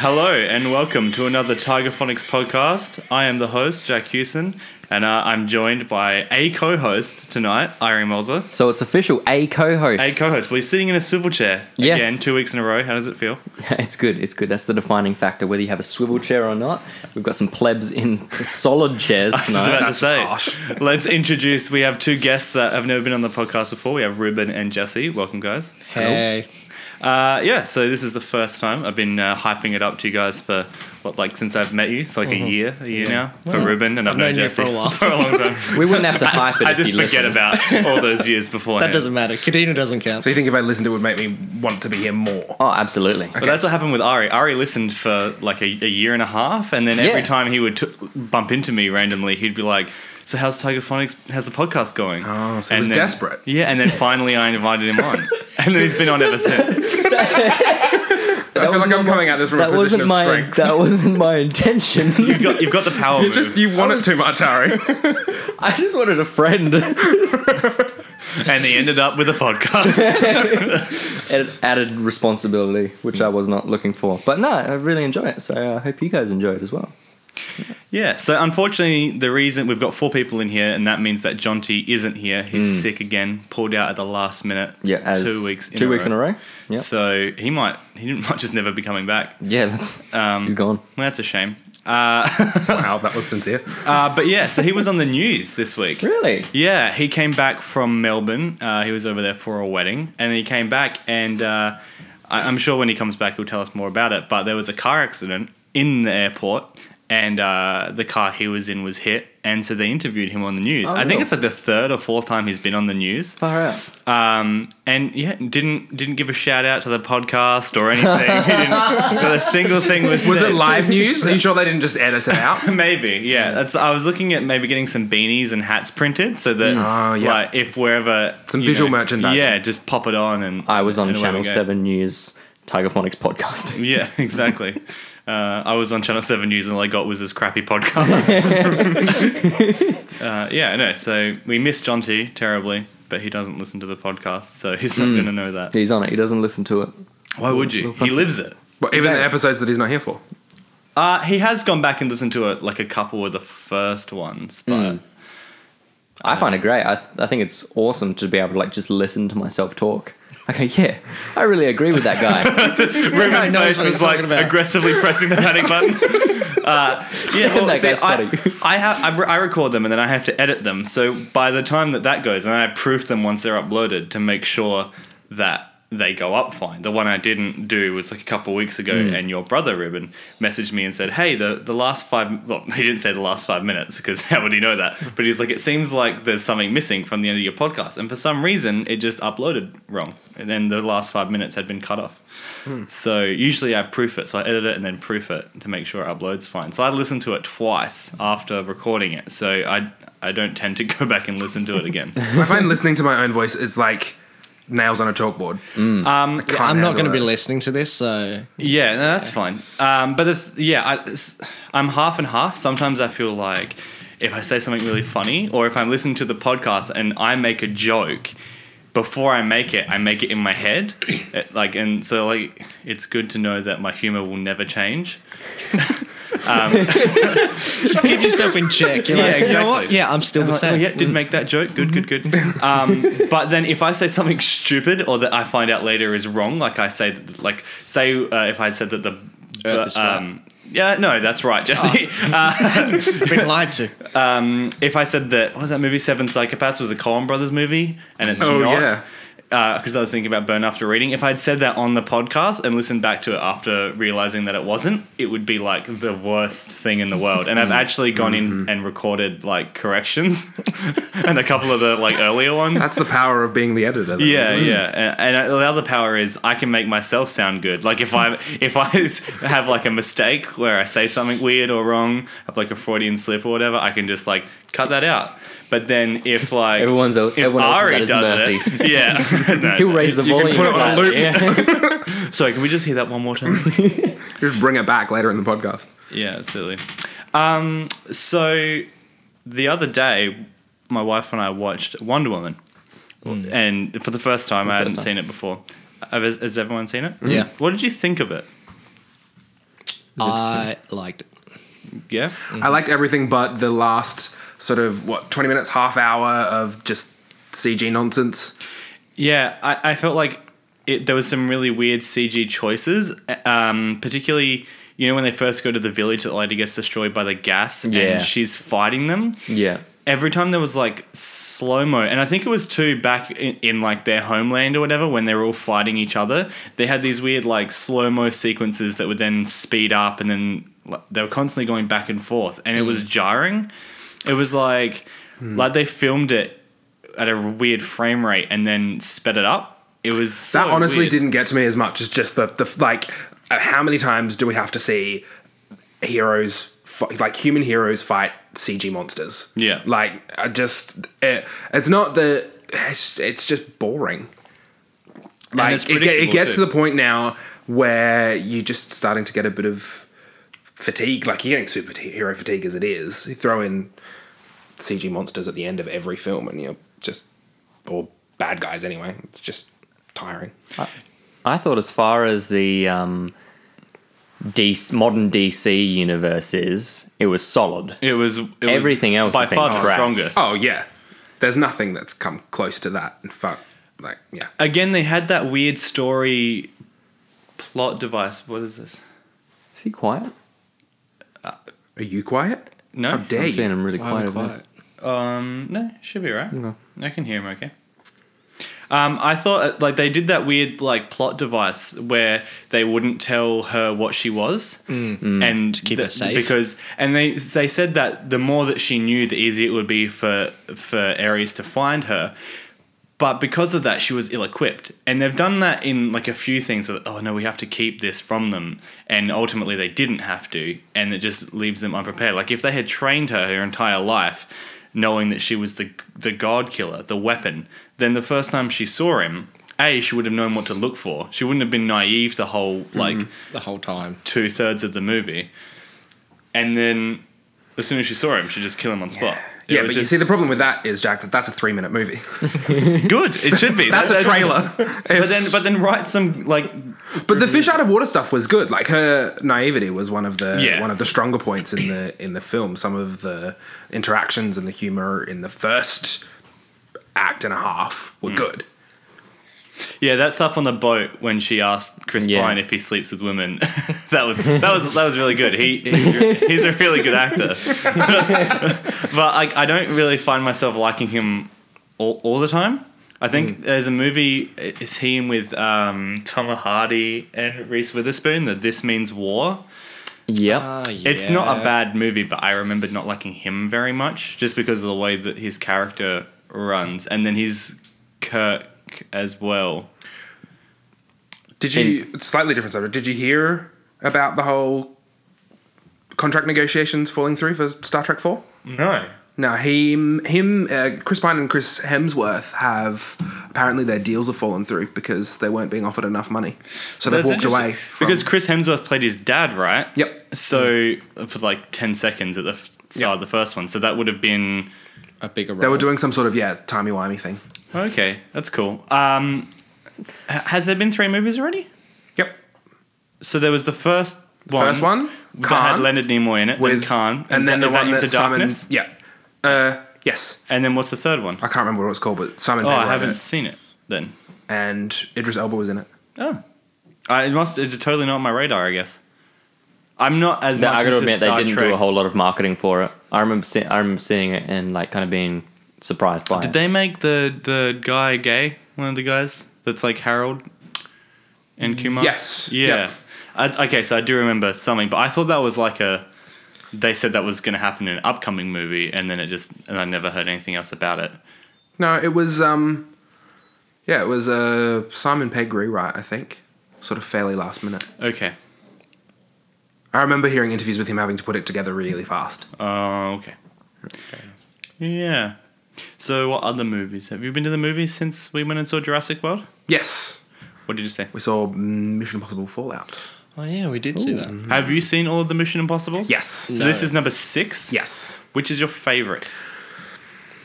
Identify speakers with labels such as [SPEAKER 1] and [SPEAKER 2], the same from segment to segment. [SPEAKER 1] Hello and welcome to another Tiger Phonics podcast. I am the host, Jack Hewson, and uh, I'm joined by a co host tonight, Irene Molzer.
[SPEAKER 2] So it's official, a co-host.
[SPEAKER 1] A co host, we're sitting in a swivel chair
[SPEAKER 2] Yes.
[SPEAKER 1] again, two weeks in a row. How does it feel?
[SPEAKER 2] it's good. It's good. That's the defining factor, whether you have a swivel chair or not. We've got some plebs in solid chairs
[SPEAKER 1] I was just
[SPEAKER 2] tonight.
[SPEAKER 1] about to
[SPEAKER 3] that's
[SPEAKER 1] say.
[SPEAKER 3] harsh.
[SPEAKER 1] Let's introduce. We have two guests that have never been on the podcast before. We have Ruben and Jesse. Welcome, guys.
[SPEAKER 4] Hey.
[SPEAKER 1] Uh, yeah, so this is the first time I've been uh, hyping it up to you guys for what, like since I've met you. It's like
[SPEAKER 4] Mm-hmm.
[SPEAKER 1] a year, a year now for Ruben, and I've, known,
[SPEAKER 4] known you
[SPEAKER 1] Jesse
[SPEAKER 4] for a while.
[SPEAKER 1] for a long time.
[SPEAKER 2] We wouldn't have to hype it.
[SPEAKER 1] I
[SPEAKER 2] if
[SPEAKER 1] just
[SPEAKER 2] you
[SPEAKER 1] forget
[SPEAKER 2] listened.
[SPEAKER 1] about all those years before.
[SPEAKER 4] That doesn't matter. Kadena doesn't count.
[SPEAKER 3] So you think if I listened, it would make me want to be here more?
[SPEAKER 2] Oh, absolutely.
[SPEAKER 1] But that's what happened with Ari. Ari listened for like a, a year and a half, and then every
[SPEAKER 2] Yeah.
[SPEAKER 1] time he would t- bump into me randomly, he'd be like, "So how's Tiger Phonics? How's the podcast going?"
[SPEAKER 3] Oh, so he
[SPEAKER 1] and
[SPEAKER 3] was
[SPEAKER 1] then-
[SPEAKER 3] desperate.
[SPEAKER 1] Yeah, and then finally I invited him on, and then he's been on ever since.
[SPEAKER 3] I feel like I'm coming at this from a
[SPEAKER 2] That
[SPEAKER 3] position
[SPEAKER 2] wasn't
[SPEAKER 3] of
[SPEAKER 2] my.
[SPEAKER 3] strength.
[SPEAKER 2] That wasn't my intention.
[SPEAKER 1] You've got, you've got the power
[SPEAKER 3] you
[SPEAKER 1] move.
[SPEAKER 3] just you want it too much, Ari.
[SPEAKER 2] I just wanted a friend.
[SPEAKER 1] and he ended up with a podcast.
[SPEAKER 2] It added responsibility, which I was not looking for. But no, I really enjoy it. So uh, I hope you guys enjoy it as well.
[SPEAKER 1] yeah. So unfortunately, the reason we've got four people in here, and that means that Jonty isn't here. He's sick again, pulled out at the last minute.
[SPEAKER 2] Hmm. Yeah, as
[SPEAKER 1] two weeks. In
[SPEAKER 2] two
[SPEAKER 1] a
[SPEAKER 2] weeks
[SPEAKER 1] row.
[SPEAKER 2] in a row. Yeah,
[SPEAKER 1] So he might he might just never be coming back.
[SPEAKER 2] yeah. That's,
[SPEAKER 1] Um,
[SPEAKER 2] he's gone.
[SPEAKER 1] Well, that's a shame.
[SPEAKER 3] wow, that was sincere.
[SPEAKER 1] Uh, but yeah, so he was on the news this week.
[SPEAKER 2] Really?
[SPEAKER 1] Yeah, he came back from Melbourne. Uh, he was over there for a wedding, and he came back, and uh, I- I'm sure when he comes back, he'll tell us more about it. But there was a car accident in the airport, and uh, the car he was in was hit, and so they interviewed him on the
[SPEAKER 3] Oh,
[SPEAKER 1] news. I think
[SPEAKER 2] real?
[SPEAKER 1] it's like the third or fourth time he's been on the news.
[SPEAKER 2] Far out.
[SPEAKER 1] Um, and yeah, didn't didn't give a shout out to the podcast or anything. he didn't, not a single thing was
[SPEAKER 3] Was
[SPEAKER 1] said.
[SPEAKER 3] it live news? Are you sure they didn't just edit it out?
[SPEAKER 1] Maybe, yeah. That's. I was looking at maybe getting some beanies and hats printed so that,
[SPEAKER 3] Oh, yeah.
[SPEAKER 1] like, if wherever
[SPEAKER 3] Some
[SPEAKER 1] you
[SPEAKER 3] visual merchandising.
[SPEAKER 1] yeah, just pop it on and.
[SPEAKER 2] I was on
[SPEAKER 1] and away
[SPEAKER 2] Channel
[SPEAKER 1] we go.
[SPEAKER 2] Seven News Tiger Phonics podcast.
[SPEAKER 1] Yeah, exactly. uh, I was on Channel Seven News and all I got was this crappy podcast. uh, yeah, I know. So we miss John T terribly, but he doesn't listen to the podcast, so he's
[SPEAKER 2] Hmm.
[SPEAKER 1] not going to know that.
[SPEAKER 2] He's on it. He doesn't listen to it.
[SPEAKER 1] Why would you? He lives it.
[SPEAKER 3] Well, even the
[SPEAKER 2] Exactly.
[SPEAKER 3] episodes that he's not here for.
[SPEAKER 1] Uh, he has gone back and listened to it like a couple of the first ones, but.
[SPEAKER 2] Hmm. I find it great. I, I think it's awesome to be able to like just listen to myself talk. I go, yeah, I really agree with that guy.
[SPEAKER 1] Ruben's
[SPEAKER 4] Yeah, I know
[SPEAKER 1] face
[SPEAKER 4] what
[SPEAKER 1] was
[SPEAKER 4] he's
[SPEAKER 1] like
[SPEAKER 4] talking about.
[SPEAKER 1] aggressively pressing the panic button. Uh, yeah, well,
[SPEAKER 2] That
[SPEAKER 1] see,
[SPEAKER 2] guy's
[SPEAKER 1] I,
[SPEAKER 2] funny.
[SPEAKER 1] I have I, re- I record them and then I have to edit them. So by the time that that goes, and I proof them once they're uploaded to make sure that they go up fine. The one I didn't do was like a couple weeks ago,
[SPEAKER 4] Hmm.
[SPEAKER 1] and your brother Ruben messaged me and said, "Hey, the the last five well, he didn't say the last five minutes because how would he know that? But he's like, it seems like there's something missing from the end of your podcast, and for some reason it just uploaded wrong, and then the last five minutes had been cut off. So usually I proof it, so I edit it and then proof it to make sure it uploads fine. So I listened to it twice after recording it, so I I don't tend to go back and listen to it again.
[SPEAKER 3] I find listening to my own voice is like nails on a chalkboard.
[SPEAKER 1] Um,
[SPEAKER 4] I'm not going to
[SPEAKER 3] handle
[SPEAKER 4] be
[SPEAKER 3] it.
[SPEAKER 4] listening to this, so
[SPEAKER 1] Yeah, no, that's fine. Um, but the th- yeah, I, s- I'm half and half. Sometimes I feel like if I say something really funny, or if I'm listening to the podcast and I make a joke before I make it, I make it in my head. It- like, and so like, it's good to know that my humor will never change.
[SPEAKER 4] just keep yourself in check. You're
[SPEAKER 1] Yeah,
[SPEAKER 4] like, "You know what?
[SPEAKER 1] exactly.
[SPEAKER 4] Yeah, I'm still the
[SPEAKER 1] Like, oh,
[SPEAKER 4] same.
[SPEAKER 1] yeah, did make that joke. Good, good, good. Um, but then if I say something stupid or that I find out later is wrong, like I say, that, like say uh, if I said that the uh, um,
[SPEAKER 4] Earth is flat.
[SPEAKER 1] yeah, no, that's right, Jesse.
[SPEAKER 4] Been lied to.
[SPEAKER 1] Mm-hmm. if I said that what was that movie Seven Psychopaths was a Coen Brothers movie and it's
[SPEAKER 3] Oh,
[SPEAKER 1] not.
[SPEAKER 3] yeah.
[SPEAKER 1] Because I was thinking about burn after reading. If I'd said that on the podcast and listened back to it after realizing that it wasn't, it would be like the worst thing in the world. And I've actually gone in and recorded like corrections and a couple of the like earlier ones.
[SPEAKER 3] That's the power of being the editor. Mm. then,
[SPEAKER 1] Yeah,
[SPEAKER 3] isn't it?
[SPEAKER 1] yeah, and, and the other power is I can make myself sound good. Like if I if I s- have like a mistake where I say something weird or wrong, have like a Freudian slip or whatever, I can just like cut that out. But then if like
[SPEAKER 2] Everyone's el-
[SPEAKER 1] if
[SPEAKER 2] everyone else is at his mercy.
[SPEAKER 1] it, yeah, no,
[SPEAKER 2] He'll
[SPEAKER 1] no.
[SPEAKER 2] raise the
[SPEAKER 3] can
[SPEAKER 2] volume.
[SPEAKER 3] put it on a
[SPEAKER 2] slightly,
[SPEAKER 3] loop.
[SPEAKER 2] yeah.
[SPEAKER 1] Sorry, can we just hear that one more time?
[SPEAKER 3] Just bring it back later in the podcast.
[SPEAKER 1] yeah, absolutely. Um, so the other day, my wife and I watched Wonder Woman,
[SPEAKER 2] Hmm.
[SPEAKER 1] and for the first time, I hadn't
[SPEAKER 2] time.
[SPEAKER 1] seen it before. Have- Has, has everyone seen it?
[SPEAKER 4] Yeah.
[SPEAKER 1] What did you think of it?
[SPEAKER 4] I liked it.
[SPEAKER 1] Yeah.
[SPEAKER 3] I liked everything but the last sort of what twenty minutes, half hour of just CG nonsense.
[SPEAKER 1] Yeah, I, I felt like it, there was some really weird CG choices, um, particularly you know when they first go to the village that later gets destroyed by the gas
[SPEAKER 2] Yeah.
[SPEAKER 1] and she's fighting them.
[SPEAKER 2] Yeah.
[SPEAKER 1] Every time there was like slow mo, and I think it was too back in, in like their homeland or whatever when they were all fighting each other. They had these weird like slow mo sequences that would then speed up, and then like, they were constantly going back and forth, and it was
[SPEAKER 3] Mm.
[SPEAKER 1] jarring. It was like
[SPEAKER 3] Hmm.
[SPEAKER 1] like they filmed it at a weird frame rate and then sped it up. It was so
[SPEAKER 3] That honestly
[SPEAKER 1] weird.
[SPEAKER 3] didn't get to me as much as just the, the like, uh, how many times do we have to see heroes, fi- like human heroes, fight CG monsters?
[SPEAKER 1] Yeah.
[SPEAKER 3] Like, I just, it, it's not the, it's, it's just boring. Like,
[SPEAKER 1] it's
[SPEAKER 3] it, get- it
[SPEAKER 1] predictable
[SPEAKER 3] gets
[SPEAKER 1] too.
[SPEAKER 3] to the point now where you're just starting to get a bit of fatigue. Like, you're getting superhero fatigue as it is. You throw in CG monsters at the end of every film and you're just, or bad guys anyway. It's just tiring.
[SPEAKER 2] I thought as far as the um, DC, modern DC universe is, it was solid.
[SPEAKER 1] It was it was
[SPEAKER 2] Everything else
[SPEAKER 1] by
[SPEAKER 2] I think
[SPEAKER 1] far the
[SPEAKER 2] was crap.
[SPEAKER 1] strongest.
[SPEAKER 3] Oh yeah, there's nothing that's come close to that. In fact, like yeah,
[SPEAKER 1] Again, they had that weird story plot device. What is this?
[SPEAKER 2] Is he quiet?
[SPEAKER 3] are you quiet?
[SPEAKER 1] No,
[SPEAKER 3] How dare
[SPEAKER 2] I'm
[SPEAKER 3] you?
[SPEAKER 2] seeing him really
[SPEAKER 4] Why
[SPEAKER 2] quiet.
[SPEAKER 4] be
[SPEAKER 2] over there.
[SPEAKER 4] quiet?
[SPEAKER 1] Um, no, should be right. I can hear him okay. Um, I thought uh, like they did that weird like plot device where they wouldn't tell her what she was, and to
[SPEAKER 4] Mm. keep her safe.
[SPEAKER 1] because and they they said that the more that she knew, the easier it would be for for Ares to find her. But because of that, she was ill-equipped, and they've done that in like a few things. With oh no, we have to keep this from them, and ultimately they didn't have to, and it just leaves them unprepared. Like if they had trained her her entire life, knowing that she was the the god killer, the weapon, then the first time she saw him, a she would have known what to look for. She wouldn't have been naive the whole
[SPEAKER 3] Mm-hmm.
[SPEAKER 1] like
[SPEAKER 4] The whole time.
[SPEAKER 1] two thirds of the movie, and then as soon as she saw him, she just kill him on spot. It
[SPEAKER 3] Yeah,
[SPEAKER 1] was
[SPEAKER 3] but you
[SPEAKER 1] just
[SPEAKER 3] see, the problem with that is Jack that that's a three minute movie.
[SPEAKER 1] good. It should be.
[SPEAKER 3] That's a trailer.
[SPEAKER 1] But then, but then write some like
[SPEAKER 3] but the fish out of water stuff was good. Like her naivety was one of the
[SPEAKER 1] Yeah.
[SPEAKER 3] one of the stronger points in the in the film. Some of the interactions and the humor in the first act and a half
[SPEAKER 1] Mm.
[SPEAKER 3] were good.
[SPEAKER 1] Yeah, that stuff on the boat when she asked Chris
[SPEAKER 2] Yeah.
[SPEAKER 1] Pine if he sleeps with women. that was that was that was really good. He he's, re- he's a really good actor. but I, I don't really find myself liking him all, all the time. I think there's a movie. Is he in with um, Tom Hardy and Reese Witherspoon? That this means war.
[SPEAKER 2] Yep.
[SPEAKER 3] Uh,
[SPEAKER 4] Ah, yeah.
[SPEAKER 1] It's not a bad movie, but I remember not liking him very much just because of the way that his character runs, and then he's Kirk as well.
[SPEAKER 3] Did you slightly different subject? Did you hear about the whole contract negotiations falling through for Star Trek Four?
[SPEAKER 1] No.
[SPEAKER 3] No, him, him, uh, Chris Pine and Chris Hemsworth have apparently their deals have fallen through because they weren't being offered enough money, so they've
[SPEAKER 1] That's
[SPEAKER 3] walked
[SPEAKER 1] interesting.
[SPEAKER 3] away. From,
[SPEAKER 1] because Chris Hemsworth played his dad, right?
[SPEAKER 3] Yep.
[SPEAKER 1] So for like ten seconds at the f- start of the first one, so that would have been
[SPEAKER 4] A bigger role.
[SPEAKER 3] they were doing some sort of yeah timey wimey thing.
[SPEAKER 1] okay. That's cool. Um, h- has there been three movies already?
[SPEAKER 3] Yep.
[SPEAKER 1] So there was the first one,
[SPEAKER 3] First one,
[SPEAKER 1] that had
[SPEAKER 3] Khan
[SPEAKER 1] Leonard Nimoy in it, then
[SPEAKER 3] with
[SPEAKER 1] Khan,
[SPEAKER 3] and then
[SPEAKER 1] so-
[SPEAKER 3] the
[SPEAKER 1] is
[SPEAKER 3] one
[SPEAKER 1] that
[SPEAKER 3] that
[SPEAKER 1] Into
[SPEAKER 3] Simon-
[SPEAKER 1] Darkness,
[SPEAKER 3] Yeah. Uh, yes,
[SPEAKER 1] and then what's the third one?
[SPEAKER 3] I can't remember what it was called, but Simon.
[SPEAKER 1] Oh,
[SPEAKER 3] Pegg
[SPEAKER 1] I
[SPEAKER 3] wrote
[SPEAKER 1] haven't
[SPEAKER 3] it,
[SPEAKER 1] seen it then.
[SPEAKER 3] and Idris Elba was in it.
[SPEAKER 1] Oh, I, it must. It's totally not on my radar, I guess. I'm not as
[SPEAKER 2] That-
[SPEAKER 1] much
[SPEAKER 2] I gotta
[SPEAKER 1] into
[SPEAKER 2] admit,
[SPEAKER 1] Star
[SPEAKER 2] they didn't
[SPEAKER 1] Trek.
[SPEAKER 2] do a whole lot of marketing for it. I remember, see- I remember seeing it and like kind of being surprised by
[SPEAKER 1] Did
[SPEAKER 2] it.
[SPEAKER 1] they make the the guy gay? One of the guys that's like Harold and Kumar.
[SPEAKER 3] Yes.
[SPEAKER 1] Yeah.
[SPEAKER 3] Yep.
[SPEAKER 1] I, okay, so I do remember something, but I thought that was like a. They said that was going to happen in an upcoming movie, and then it just and I never heard anything else about it.
[SPEAKER 3] No, it was um, yeah, it was a Simon Pegg rewrite, I think, sort of fairly last minute.
[SPEAKER 1] Okay.
[SPEAKER 3] I remember hearing interviews with him having to put it together really fast.
[SPEAKER 1] Uh, okay. Yeah. So, what other movies have you been to the movies since we went and saw Jurassic World?
[SPEAKER 3] Yes,
[SPEAKER 1] What did you say?
[SPEAKER 3] we saw Mission Impossible Fallout.
[SPEAKER 4] Oh, yeah, we did see that.
[SPEAKER 1] Have you seen all of the Mission Impossibles?
[SPEAKER 3] Yes.
[SPEAKER 1] So
[SPEAKER 4] No.
[SPEAKER 1] this is number six.
[SPEAKER 3] Yes,
[SPEAKER 1] Which is your favorite?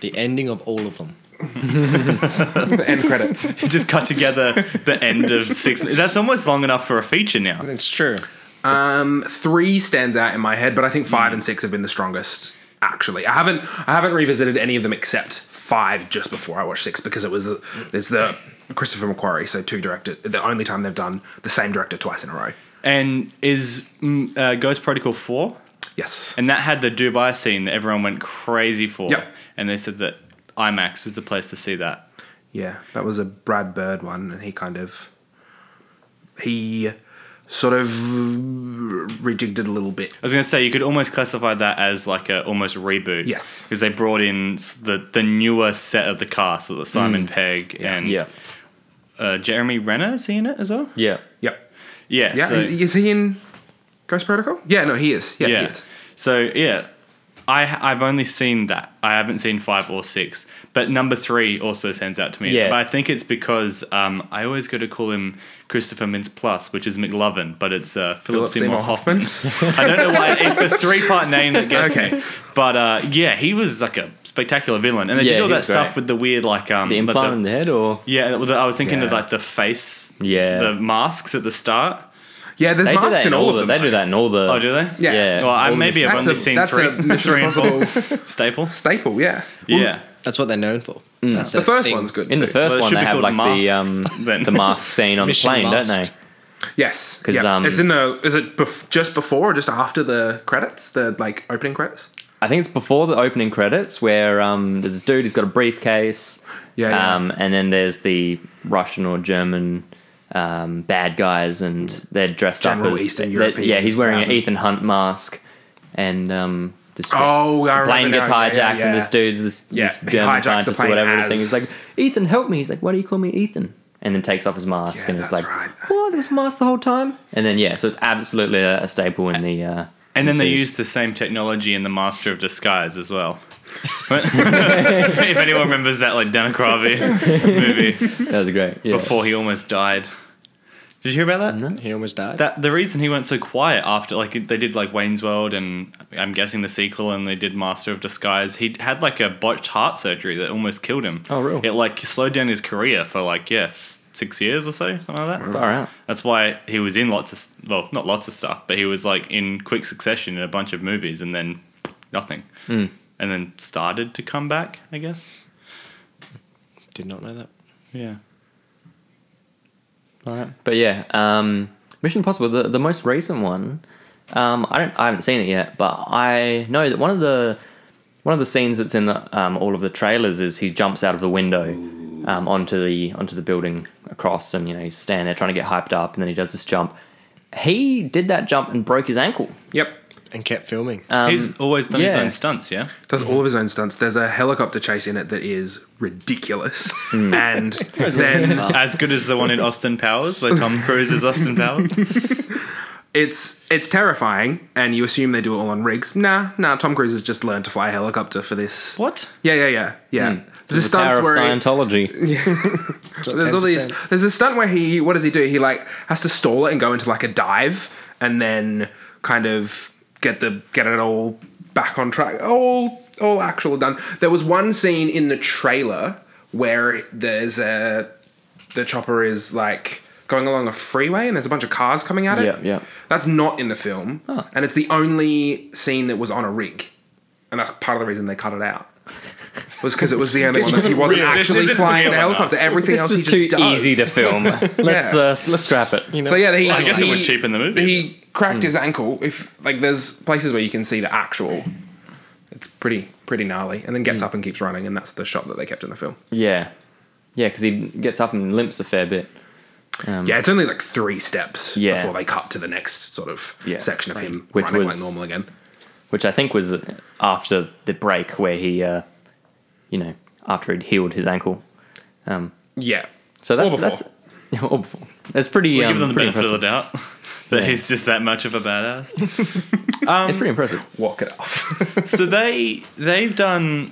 [SPEAKER 4] The ending of all of them.
[SPEAKER 3] the end credits.
[SPEAKER 1] just cut together the end of six. That's almost long enough for a feature now.
[SPEAKER 4] It's true.
[SPEAKER 3] Um, three stands out in my head, but I think five and six have been the strongest. Actually, I haven't I haven't revisited any of them except five just before I watched six because it was it's the Christopher McQuarrie, so two director. The only time they've done the same director twice in a row.
[SPEAKER 1] And is mm, uh, Ghost Protocol 4?
[SPEAKER 3] Yes,
[SPEAKER 1] And that had the Dubai scene that everyone went crazy for.
[SPEAKER 3] Yep.
[SPEAKER 1] And they said that IMAX was the place to see that.
[SPEAKER 3] Yeah, that was a Brad Bird one, and he kind of he sort of rejigged it a little bit.
[SPEAKER 1] I was going to say you could almost classify that as like a almost reboot.
[SPEAKER 3] Yes.
[SPEAKER 1] Because they brought in s- the the newer set of the cast, so the Simon Pegg and
[SPEAKER 2] Yeah.
[SPEAKER 1] uh, Jeremy Renner is he in it as well?
[SPEAKER 2] Yeah.
[SPEAKER 3] Yep.
[SPEAKER 1] Yeah.
[SPEAKER 3] Yeah,
[SPEAKER 1] so,
[SPEAKER 3] is he in Ghost Protocol? Yeah, no, he is. Yeah, he
[SPEAKER 1] yeah.
[SPEAKER 3] is.
[SPEAKER 1] So yeah, I I've only seen that. I haven't seen five or six, but number three also stands out to me.
[SPEAKER 2] Yeah.
[SPEAKER 1] But I think it's because um, I always go to call him Christopher Mintz Plus, which is McLovin, but it's uh, Philip, Seymour Hoffman. I don't know why it's the three part name that gets
[SPEAKER 3] Okay.
[SPEAKER 1] me. But uh, yeah, he was like a spectacular villain, and they
[SPEAKER 2] Yeah,
[SPEAKER 1] did all
[SPEAKER 2] he
[SPEAKER 1] that
[SPEAKER 2] was
[SPEAKER 1] stuff
[SPEAKER 2] great.
[SPEAKER 1] with the weird like um
[SPEAKER 2] The
[SPEAKER 1] like
[SPEAKER 2] implant in the head, or
[SPEAKER 1] yeah, well, I was thinking of
[SPEAKER 3] Yeah.
[SPEAKER 1] like the face,
[SPEAKER 2] Yeah.
[SPEAKER 1] the masks at the start.
[SPEAKER 3] yeah, there's
[SPEAKER 2] they do
[SPEAKER 3] masks
[SPEAKER 2] that
[SPEAKER 3] in all of them.
[SPEAKER 2] They do that in all the.
[SPEAKER 1] Oh, do they?
[SPEAKER 3] Yeah.
[SPEAKER 2] Yeah.
[SPEAKER 1] Well, I,
[SPEAKER 2] all the
[SPEAKER 1] maybe I've
[SPEAKER 3] different-
[SPEAKER 1] only
[SPEAKER 3] That's a-
[SPEAKER 1] seen
[SPEAKER 3] that's
[SPEAKER 1] three,
[SPEAKER 3] a Mission
[SPEAKER 1] three and four
[SPEAKER 3] Impossible.
[SPEAKER 1] staples.
[SPEAKER 3] Staple, yeah.
[SPEAKER 1] Yeah.
[SPEAKER 4] That's what they're known for.
[SPEAKER 1] Mm.
[SPEAKER 4] That's
[SPEAKER 3] The
[SPEAKER 4] their
[SPEAKER 3] first
[SPEAKER 4] thing.
[SPEAKER 3] one's good.
[SPEAKER 2] In the
[SPEAKER 3] too.
[SPEAKER 2] first
[SPEAKER 1] Well, it
[SPEAKER 2] one,
[SPEAKER 1] should
[SPEAKER 2] they
[SPEAKER 1] be
[SPEAKER 2] have
[SPEAKER 1] called
[SPEAKER 2] like the um,
[SPEAKER 1] masks, then.
[SPEAKER 2] the mask scene on the
[SPEAKER 4] Mission
[SPEAKER 2] plane, don't they?
[SPEAKER 4] mask.
[SPEAKER 3] yes,
[SPEAKER 2] 'Cause,
[SPEAKER 3] yeah.
[SPEAKER 2] um,
[SPEAKER 3] it's in the is it bef- just before or just after the credits, the like opening credits?
[SPEAKER 2] I think it's before the opening credits where um, there's this dude who's got a briefcase.
[SPEAKER 3] Yeah, yeah.
[SPEAKER 2] Um, and then there's the Russian or German um, bad guys, and they're dressed
[SPEAKER 3] General
[SPEAKER 2] up as
[SPEAKER 3] Eastern
[SPEAKER 2] they-
[SPEAKER 3] European
[SPEAKER 2] Yeah, he's wearing an
[SPEAKER 3] army.
[SPEAKER 2] Ethan Hunt mask, and um, this
[SPEAKER 3] Oh, I
[SPEAKER 2] the plane
[SPEAKER 3] remember
[SPEAKER 2] gets
[SPEAKER 3] now. Yeah,
[SPEAKER 2] hijacked,
[SPEAKER 3] yeah,
[SPEAKER 2] and
[SPEAKER 3] yeah.
[SPEAKER 2] this dude's this,
[SPEAKER 3] Yeah,
[SPEAKER 2] this
[SPEAKER 3] he
[SPEAKER 2] German
[SPEAKER 3] hijacks the
[SPEAKER 2] scientist or
[SPEAKER 3] plane
[SPEAKER 2] whatever. the thing.
[SPEAKER 3] as-
[SPEAKER 2] He's like, Ethan, help me. He's like, why do you call me Ethan? And then takes off his mask,
[SPEAKER 3] Yeah,
[SPEAKER 2] and it's
[SPEAKER 3] that's
[SPEAKER 2] like,
[SPEAKER 3] right.
[SPEAKER 2] what? There was a mask the whole time. And then yeah, so it's absolutely a, a staple in the. Uh,
[SPEAKER 1] And then they
[SPEAKER 2] series.
[SPEAKER 1] used the same technology in the Master of Disguise as well. if anyone remembers that, like Danakravi movie
[SPEAKER 2] that was great. Yeah.
[SPEAKER 1] before he almost died. Did you hear about that?
[SPEAKER 4] He almost died.
[SPEAKER 1] That the reason he went so quiet after, like they did, like Wayne's World, and I'm guessing the sequel, and they did Master of Disguise. He had like a botched heart surgery that almost killed him.
[SPEAKER 2] Oh, really?
[SPEAKER 1] It like slowed down his career for like yes, six years or so, something like that.
[SPEAKER 2] Far out.
[SPEAKER 1] That's why he was in lots of well, not lots of stuff, but he was like in quick succession in a bunch of movies and then nothing,
[SPEAKER 2] Hmm.
[SPEAKER 1] mm. and then started to come back, I guess.
[SPEAKER 4] Did not know that.
[SPEAKER 1] Yeah.
[SPEAKER 2] But yeah, um, Mission Impossible, the, the most recent one. Um, I don't, I haven't seen it yet, but I know that one of the one of the scenes that's in the, um, all of the trailers is he jumps out of the window um, onto the onto the building across, and you know he's standing there trying to get hyped up, and then he does this jump. He did that jump and broke his ankle.
[SPEAKER 3] Yep.
[SPEAKER 4] And kept filming.
[SPEAKER 1] He's always done his
[SPEAKER 2] Um, yeah.
[SPEAKER 1] own stunts, yeah.
[SPEAKER 3] Does all of his own stunts. There's a helicopter chase in it that is ridiculous,
[SPEAKER 2] Hmm.
[SPEAKER 3] and then
[SPEAKER 1] As good as the one in Austin Powers, where Tom Cruise is Austin Powers.
[SPEAKER 3] it's it's terrifying, and you assume they do it all on rigs. Nah, nah. Tom Cruise has just learned to fly a helicopter for this.
[SPEAKER 1] What?
[SPEAKER 3] Yeah, yeah, yeah, yeah.
[SPEAKER 2] Hmm.
[SPEAKER 3] There's a
[SPEAKER 2] The power
[SPEAKER 3] stunt
[SPEAKER 2] of
[SPEAKER 3] where he-
[SPEAKER 2] Scientology.
[SPEAKER 4] It's like
[SPEAKER 3] there's all these.
[SPEAKER 4] 10%.
[SPEAKER 3] There's a stunt where he. What does he do? He like has to stall it and go into like a dive, and then kind of get the get it all back on track. All all actual done. There was one scene in the trailer where there's a the chopper is like going along a freeway and there's a bunch of cars coming at it.
[SPEAKER 2] Yeah, yeah.
[SPEAKER 3] That's not in the film, and it's the only scene that was on a rig, and that's part of the reason they cut it out. Was because it was the only one that he wasn't
[SPEAKER 1] real. This
[SPEAKER 3] actually
[SPEAKER 1] isn't
[SPEAKER 3] flying
[SPEAKER 1] real
[SPEAKER 3] a helicopter. Everything
[SPEAKER 2] This
[SPEAKER 3] else
[SPEAKER 2] was
[SPEAKER 3] he
[SPEAKER 2] too
[SPEAKER 3] just does.
[SPEAKER 2] easy to film. Let's
[SPEAKER 3] Yeah.
[SPEAKER 2] uh, let's scrap it.
[SPEAKER 4] You know,
[SPEAKER 3] So yeah, he,
[SPEAKER 1] Well, I guess it
[SPEAKER 3] he-
[SPEAKER 1] would cheapen the movie,
[SPEAKER 3] He cracked his
[SPEAKER 2] Hmm.
[SPEAKER 3] ankle. If like there's places where you can see the actual. It's pretty pretty gnarly, and then
[SPEAKER 2] Hmm.
[SPEAKER 3] gets up and keeps running, and that's the shot that they kept in the film.
[SPEAKER 2] Yeah, yeah, because he gets up and limps a fair bit.
[SPEAKER 3] Yeah, it's only like three steps
[SPEAKER 2] Hmm. Yeah.
[SPEAKER 3] before they cut to the next sort of
[SPEAKER 2] Yeah.
[SPEAKER 3] section of him
[SPEAKER 2] Which
[SPEAKER 3] running
[SPEAKER 2] was-
[SPEAKER 3] like normal again.
[SPEAKER 2] which I think was after the break where he, uh, you know, after he'd healed his ankle. Um,
[SPEAKER 3] Yeah.
[SPEAKER 2] so that's
[SPEAKER 3] Or before.
[SPEAKER 2] that's yeah, or before. That's pretty.
[SPEAKER 1] We
[SPEAKER 2] um,
[SPEAKER 1] give them the
[SPEAKER 2] pretty
[SPEAKER 1] benefit
[SPEAKER 2] impressive.
[SPEAKER 1] of the doubt that he's just that much of a badass.
[SPEAKER 2] it's pretty impressive.
[SPEAKER 3] Walk it off.
[SPEAKER 1] so they they've done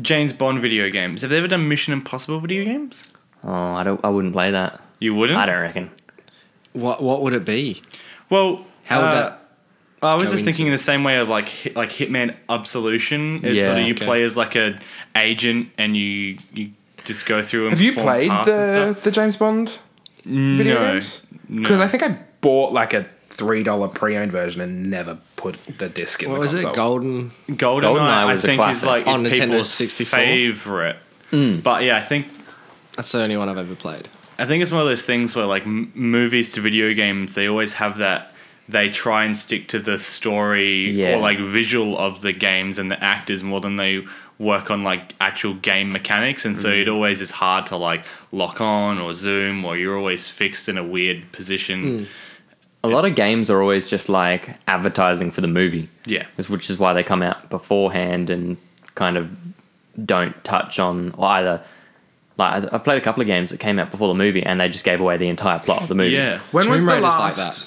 [SPEAKER 1] James Bond video games. Have they ever done Mission Impossible video games?
[SPEAKER 2] Oh, I don't. I wouldn't play that.
[SPEAKER 1] You wouldn't.
[SPEAKER 2] I don't reckon.
[SPEAKER 4] what what would it be?
[SPEAKER 1] Well,
[SPEAKER 4] How would
[SPEAKER 1] uh,
[SPEAKER 4] that?
[SPEAKER 1] I was
[SPEAKER 4] go
[SPEAKER 1] just thinking
[SPEAKER 4] into
[SPEAKER 1] in the same way as like Hit- like Hitman Absolution is
[SPEAKER 2] Yeah,
[SPEAKER 1] sort of you
[SPEAKER 4] okay.
[SPEAKER 1] play as like a agent and you you just go through. And
[SPEAKER 3] Have you
[SPEAKER 1] perform
[SPEAKER 3] played
[SPEAKER 1] tasks and
[SPEAKER 3] the
[SPEAKER 1] stuff.
[SPEAKER 3] the James Bond video
[SPEAKER 1] no,
[SPEAKER 3] games?
[SPEAKER 1] No.
[SPEAKER 3] Because I think I bought like a three dollar pre owned version and never put the disc in
[SPEAKER 4] What
[SPEAKER 3] the
[SPEAKER 4] was
[SPEAKER 3] console.
[SPEAKER 4] it? Golden.
[SPEAKER 1] Goldeneye,
[SPEAKER 2] Goldeneye
[SPEAKER 1] I
[SPEAKER 2] was a
[SPEAKER 1] think is
[SPEAKER 2] classic.
[SPEAKER 1] like
[SPEAKER 4] On
[SPEAKER 1] is
[SPEAKER 4] Nintendo
[SPEAKER 1] people's
[SPEAKER 4] 64?
[SPEAKER 1] favorite. But yeah, I think
[SPEAKER 4] That's the only one I've ever played.
[SPEAKER 1] I think it's one of those things where like m- movies to video games, they always have that. They try and stick to the story
[SPEAKER 2] Yeah.
[SPEAKER 1] or like visual of the games and the actors more than they work on like actual game mechanics, and
[SPEAKER 3] Mm.
[SPEAKER 1] so it always is hard to like lock on or zoom, or you're always fixed in a weird position.
[SPEAKER 3] Mm.
[SPEAKER 2] A lot of games are always just like advertising for the movie.
[SPEAKER 1] Yeah,
[SPEAKER 2] is- which is why they come out beforehand and kind of don't touch on or either. Like I- I played a couple of games that came out before the movie, and they just gave away the entire plot of the movie.
[SPEAKER 1] yeah.
[SPEAKER 3] When
[SPEAKER 4] Tomb
[SPEAKER 3] was the
[SPEAKER 4] Raider's
[SPEAKER 3] last?
[SPEAKER 4] like that.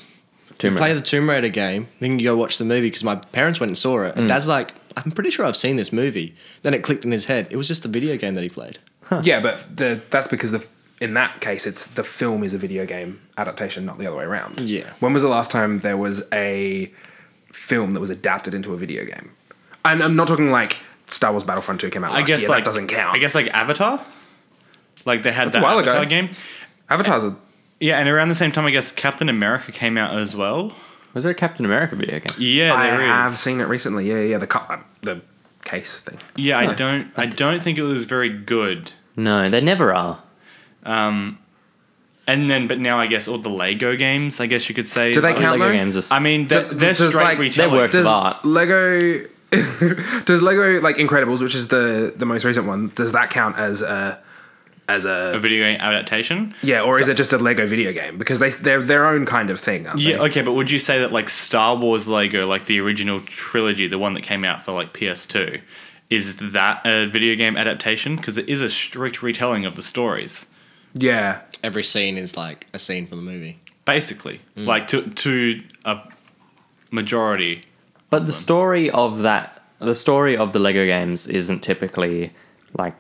[SPEAKER 2] Tomb
[SPEAKER 4] Play
[SPEAKER 2] Raider.
[SPEAKER 4] the Tomb Raider game, then you go watch the movie because my parents went and saw it. And Dad's like, I'm pretty sure I've seen this movie. Then it clicked in his head. It was just the video game that he played.
[SPEAKER 3] Yeah, but the, that's because the in that case, it's the film is a video game adaptation, not the other way around.
[SPEAKER 4] Yeah.
[SPEAKER 3] When was the last time there was a film that was adapted into a video game? And I'm not talking like Star Wars Battlefront Two came out.
[SPEAKER 1] I
[SPEAKER 3] last
[SPEAKER 1] guess
[SPEAKER 3] year,
[SPEAKER 1] like
[SPEAKER 3] that doesn't count.
[SPEAKER 1] I guess like Avatar, like they had
[SPEAKER 3] a
[SPEAKER 1] that
[SPEAKER 3] while ago.
[SPEAKER 1] Avatar game.
[SPEAKER 3] Avatar's a
[SPEAKER 1] Yeah, and around the same time, I guess Captain America came out as well.
[SPEAKER 2] Was there a Captain America video game?
[SPEAKER 1] Yeah,
[SPEAKER 3] I
[SPEAKER 1] there is.
[SPEAKER 3] have seen it recently. Yeah, yeah, the cu- uh, the case thing.
[SPEAKER 1] Yeah, I don't. I don't think it was very good.
[SPEAKER 2] No, they never are.
[SPEAKER 1] And then, but now I guess all the Lego games. I guess you could say.
[SPEAKER 3] Do they count?
[SPEAKER 2] Lego
[SPEAKER 3] though?
[SPEAKER 2] games are. s-
[SPEAKER 1] I mean, they're,
[SPEAKER 3] Does-
[SPEAKER 1] they're
[SPEAKER 3] does,
[SPEAKER 1] straight
[SPEAKER 3] like- They
[SPEAKER 1] retelling.
[SPEAKER 2] work.
[SPEAKER 3] Does
[SPEAKER 2] of art.
[SPEAKER 3] Lego does Lego like Incredibles, which is the the most recent one, does that count as a as
[SPEAKER 1] A
[SPEAKER 3] a
[SPEAKER 1] video game adaptation.
[SPEAKER 3] yeah, or is it just a Lego video game? Because they they're their own kind of thing, aren't
[SPEAKER 1] Yeah.
[SPEAKER 3] they?
[SPEAKER 1] Okay, but would you say that like Star Wars Lego, like the original trilogy, the one that came out for like PS2, is that a video game adaptation? Because it is a strict retelling of the stories.
[SPEAKER 3] Yeah,
[SPEAKER 4] Every scene is like a scene from the movie.
[SPEAKER 1] basically like to to a majority
[SPEAKER 2] But the story of that, the story of the Lego games isn't typically like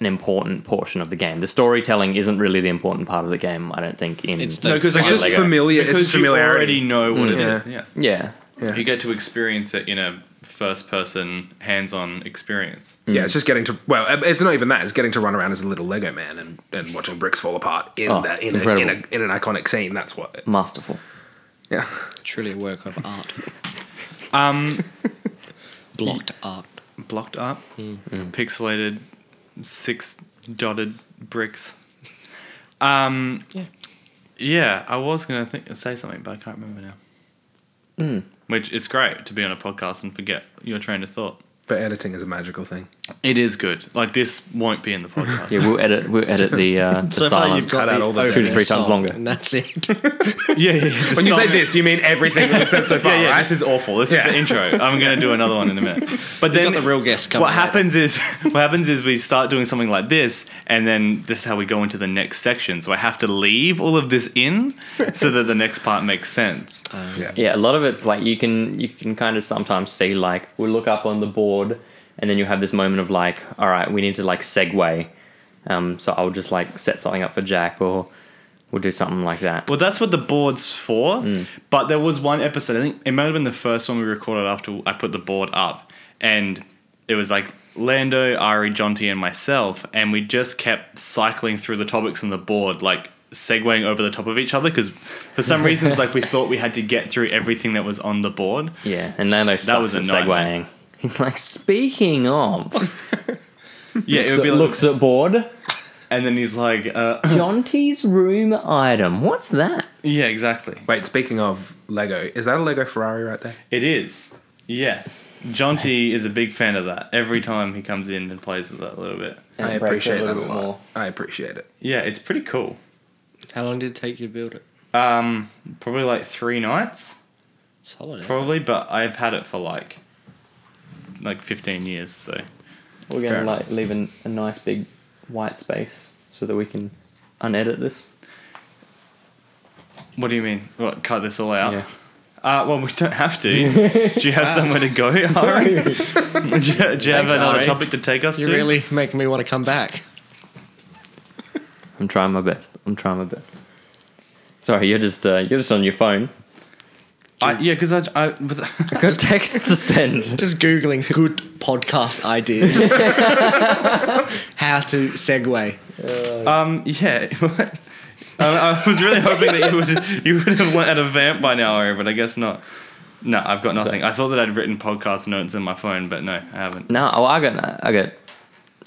[SPEAKER 2] an important portion of the game. The storytelling isn't really the important part of the game, I don't think. In
[SPEAKER 4] It's the
[SPEAKER 1] no because
[SPEAKER 4] It's
[SPEAKER 1] like,
[SPEAKER 3] just
[SPEAKER 1] Lego.
[SPEAKER 3] familiar- it's
[SPEAKER 1] because
[SPEAKER 3] just familiarity.
[SPEAKER 1] you already know what it
[SPEAKER 3] Yeah.
[SPEAKER 1] is yeah.
[SPEAKER 2] yeah,
[SPEAKER 1] you get to experience it in a first person hands on experience
[SPEAKER 3] yeah. It's just getting to well, it- it's not even that. It's getting to run around as a little Lego man and, and watching bricks fall apart in
[SPEAKER 2] Oh,
[SPEAKER 3] that in, a, in,
[SPEAKER 2] incredible.
[SPEAKER 3] a, in an iconic scene. That's what. It,
[SPEAKER 2] masterful.
[SPEAKER 3] yeah,
[SPEAKER 4] truly a work of art.
[SPEAKER 1] um
[SPEAKER 4] Blocked art.
[SPEAKER 1] blocked up pixelated six dotted bricks um
[SPEAKER 4] Yeah.
[SPEAKER 1] yeah i was gonna think, say something but i can't remember now which it's great to be on a podcast and forget your train of thought
[SPEAKER 3] but editing is a magical thing.
[SPEAKER 1] It is good. Like this won't be in the podcast.
[SPEAKER 2] Yeah, we'll edit. We'll edit the, uh, the
[SPEAKER 4] So far,
[SPEAKER 2] silence.
[SPEAKER 4] you've got
[SPEAKER 3] Cut out all the
[SPEAKER 2] Two to three
[SPEAKER 4] opening
[SPEAKER 2] times
[SPEAKER 4] song,
[SPEAKER 2] longer.
[SPEAKER 4] And that's it.
[SPEAKER 1] yeah, yeah. yeah.
[SPEAKER 3] When you say this, you mean everything that we've said so far,
[SPEAKER 1] yeah, yeah,
[SPEAKER 3] right?
[SPEAKER 1] this is awful. This
[SPEAKER 3] Yeah.
[SPEAKER 1] is the intro. I'm going to do another one in a minute. But then
[SPEAKER 4] got the real guest coming
[SPEAKER 1] What
[SPEAKER 4] later.
[SPEAKER 1] happens is, what happens is we start doing something like this, and then this is how we go into the next section. So I have to leave all of this in so that the next part makes sense.
[SPEAKER 2] Yeah, a lot of it's like you can you can kind of sometimes see like we'll look up on the board, and then you have this moment of like, all right, we need to like segue. Um, so I'll just like set something up for Jack, or we'll do something like that.
[SPEAKER 1] Well, that's what the board's for. But there was one episode, I think it might have been the first one we recorded after I put the board up. And it was like Lando, Ari, Jonty, and myself. And we just kept cycling through the topics on the board, like segueing over the top of each other. Because for some reason, it's like we thought we had to get through everything that was on the board.
[SPEAKER 2] Yeah, and Lando sucks
[SPEAKER 1] was
[SPEAKER 2] at
[SPEAKER 1] a nightmare.
[SPEAKER 2] segueing. He's like, speaking of,
[SPEAKER 1] Yeah, it would be like.
[SPEAKER 2] looks at board,
[SPEAKER 1] And then he's like, uh,
[SPEAKER 2] Jonty's room item. What's that?
[SPEAKER 1] yeah, exactly.
[SPEAKER 3] Wait, speaking of Lego, is that a Lego Ferrari right there?
[SPEAKER 1] It is. Yes. Jonty is a big fan of that. Every time he comes in and plays with that a little bit.
[SPEAKER 2] And
[SPEAKER 3] I
[SPEAKER 2] it breaks it
[SPEAKER 3] appreciate that a
[SPEAKER 2] little bit
[SPEAKER 3] lot.
[SPEAKER 2] more.
[SPEAKER 3] I appreciate it.
[SPEAKER 1] Yeah, it's pretty cool.
[SPEAKER 4] How long did it take you to build it?
[SPEAKER 1] Um, probably like three nights,
[SPEAKER 4] Solid. eh?
[SPEAKER 1] probably. But I've had it for like, like fifteen years. So
[SPEAKER 2] We're
[SPEAKER 4] Fair
[SPEAKER 2] gonna
[SPEAKER 4] enough.
[SPEAKER 2] like leave an, a nice big white space so that we can unedit this.
[SPEAKER 1] what do you mean? What cut this all out?
[SPEAKER 2] Yeah.
[SPEAKER 1] Uh, well, we don't have to. do you have somewhere to go, Ari? do you, do you have
[SPEAKER 4] Thanks,
[SPEAKER 1] another
[SPEAKER 4] Ari.
[SPEAKER 1] topic to take us
[SPEAKER 4] You're
[SPEAKER 1] to?
[SPEAKER 4] really making me want to come back.
[SPEAKER 2] I'm trying my best. I'm trying my best. Sorry, you're just uh, you're just on your phone.
[SPEAKER 1] I, yeah, because I, I but-
[SPEAKER 2] Just text to send.
[SPEAKER 4] Just googling good podcast ideas. How to segue.
[SPEAKER 1] um, yeah. I, I was really hoping that you would you would have went at a vamp by now, Ari, but I guess not. No, I've got nothing. I thought that I'd written podcast notes in my phone, but no, I haven't.
[SPEAKER 2] No, oh, I got, I got,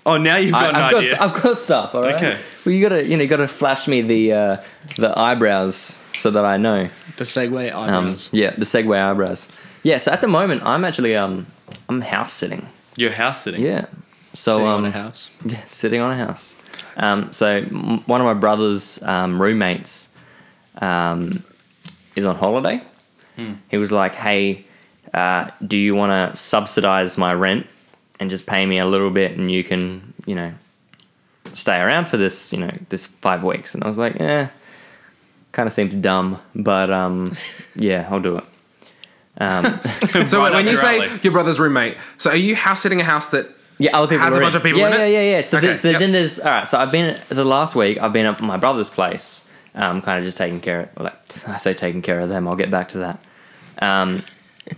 [SPEAKER 1] Oh, now you've
[SPEAKER 2] I,
[SPEAKER 1] got an
[SPEAKER 2] I've, got
[SPEAKER 1] idea.
[SPEAKER 2] I've got stuff. All right.
[SPEAKER 1] Okay.
[SPEAKER 2] Well, you gotta, you know, you gotta flash me the uh, the eyebrows so that I know.
[SPEAKER 4] The segue
[SPEAKER 2] Um,
[SPEAKER 4] eyebrows.
[SPEAKER 2] yeah, the Segway eyebrows. Yeah. So at the moment, I'm actually um, I'm house sitting.
[SPEAKER 1] Your house sitting.
[SPEAKER 2] Yeah. So
[SPEAKER 4] Sitting
[SPEAKER 2] um,
[SPEAKER 4] on a house.
[SPEAKER 2] Yeah, sitting on a house. Um, so m- one of my brother's um, roommates um, is on holiday.
[SPEAKER 4] Hmm.
[SPEAKER 2] He was like, "Hey, uh, do you want to subsidize my rent and just pay me a little bit, and you can, you know, stay around for this, you know, this five weeks?" And I was like, "Eh, kind of seems dumb, but um, yeah, I'll do it." Um,
[SPEAKER 3] So
[SPEAKER 1] Right
[SPEAKER 3] when
[SPEAKER 1] up
[SPEAKER 3] you
[SPEAKER 1] your
[SPEAKER 3] say
[SPEAKER 1] alley.
[SPEAKER 3] your brother's roommate, so are you house sitting a house that?
[SPEAKER 2] Yeah, other people.
[SPEAKER 3] Has a
[SPEAKER 2] were
[SPEAKER 3] bunch
[SPEAKER 2] in.
[SPEAKER 3] of people
[SPEAKER 2] Yeah,
[SPEAKER 3] in
[SPEAKER 2] yeah,
[SPEAKER 3] it?
[SPEAKER 2] yeah, yeah. So,
[SPEAKER 3] Okay,
[SPEAKER 2] this, so
[SPEAKER 3] yep.
[SPEAKER 2] then there's all right. So I've been the last week. I've been at my brother's place, um, kind of just taking care of. Like I say, taking care of them. I'll get back to that. Um,